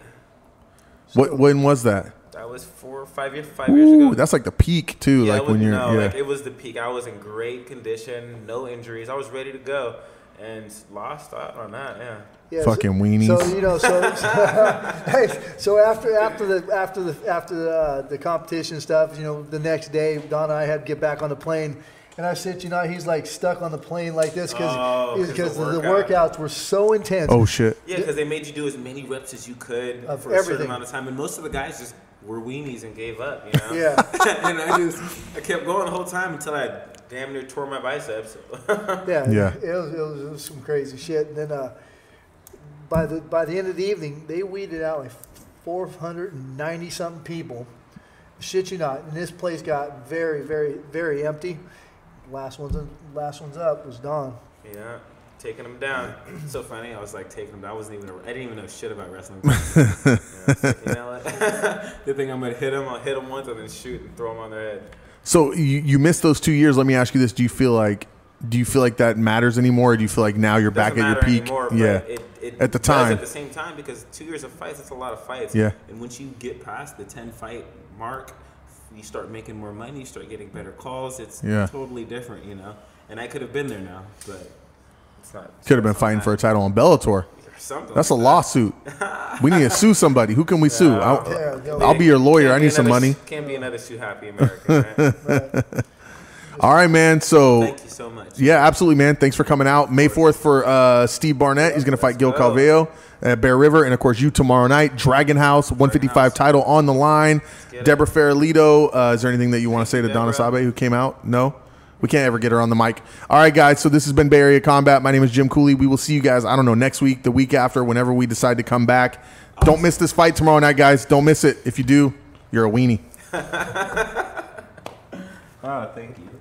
Speaker 1: What? When was that?
Speaker 3: That was four, five years, five years ago.
Speaker 1: Ooh, that's like the peak too.
Speaker 3: yeah,
Speaker 1: Like
Speaker 3: it was,
Speaker 1: when you're,
Speaker 3: no, like
Speaker 1: yeah.
Speaker 3: it was the peak. I was in great condition, no injuries. I was ready to go, and lost out on that. Yeah.
Speaker 2: Yeah,
Speaker 1: Fucking weenies.
Speaker 2: So you know, so, hey, so after after the after the after the, uh, the competition stuff, you know, the next day, Don and I had to get back on the plane, and I said, you know, he's like stuck on the plane like this
Speaker 3: Oh,
Speaker 2: because
Speaker 3: 'cause the
Speaker 2: because the,
Speaker 3: workout.
Speaker 2: workouts were so intense.
Speaker 1: Oh shit.
Speaker 3: Yeah, because they made you do as many reps as you could
Speaker 2: Of
Speaker 3: for a certain
Speaker 2: everything.
Speaker 3: amount of time, and most of the guys just were weenies and gave up. You know.
Speaker 2: Yeah.
Speaker 3: and I just I kept going the whole time until I damn near tore my biceps.
Speaker 2: Yeah,
Speaker 1: Yeah.
Speaker 2: It, was, it, was, it was some crazy shit. And then uh, by the by the end of the evening, they weeded out like 490 something people. Shit you not. And this place got very, very, very empty. Last one's last one's up was Don.
Speaker 3: Yeah, taking him down. so funny. I was like taking him down. I wasn't even. A, I didn't even know shit about wrestling. yeah, I was like, you know what? they think I'm gonna hit him. I'll hit him once and then shoot and throw him on their head.
Speaker 1: So you, you missed those two years. Let me ask you this: Do you feel like do you feel like that matters anymore? Or do you feel like now you're back at
Speaker 3: Doesn't
Speaker 1: your
Speaker 3: matter
Speaker 1: peak?
Speaker 3: anymore, but
Speaker 1: yeah,
Speaker 3: it- it
Speaker 1: At the
Speaker 3: does
Speaker 1: time.
Speaker 3: at the same time, because two years of fights, it's a lot of fights.
Speaker 1: Yeah.
Speaker 3: And once you get past the ten fight mark, you start making more money. You start getting better calls. It's
Speaker 1: Yeah.
Speaker 3: totally different, you know. And I could have been there now, but it's not.
Speaker 1: could have been fighting for a title on Bellator.
Speaker 3: something.
Speaker 1: That's a
Speaker 3: like that.
Speaker 1: lawsuit. we need to sue somebody. Who can we sue?
Speaker 2: Yeah,
Speaker 1: I'll,
Speaker 2: go.
Speaker 1: I'll be your lawyer.
Speaker 3: Can't
Speaker 1: I
Speaker 3: be
Speaker 1: need some
Speaker 3: another-
Speaker 1: money.
Speaker 3: Can't be another shoe happy American. Right?
Speaker 1: All right, man. So
Speaker 3: Thank you so much.
Speaker 1: yeah, absolutely, man. Thanks for coming out. May fourth for uh, Steve Barnett. He's going to fight Gil
Speaker 3: go.
Speaker 1: Calvillo at Bear River, and of course you tomorrow night. Dragon House, one fifty five title on the line.
Speaker 3: get it.
Speaker 1: Deborah Farolito. Uh, is there anything that you want to say to Donna
Speaker 3: Deborah.
Speaker 1: Sabe who came out? No. We can't ever get her on the mic. All right, guys. So this has been Bay Area Combat. My name is Jim Cooley. We will see you guys. I don't know next week, the week after, whenever we decide to come back. Don't miss this fight tomorrow night, guys. Don't miss it. If you do, you're a weenie.
Speaker 3: Oh, thank you.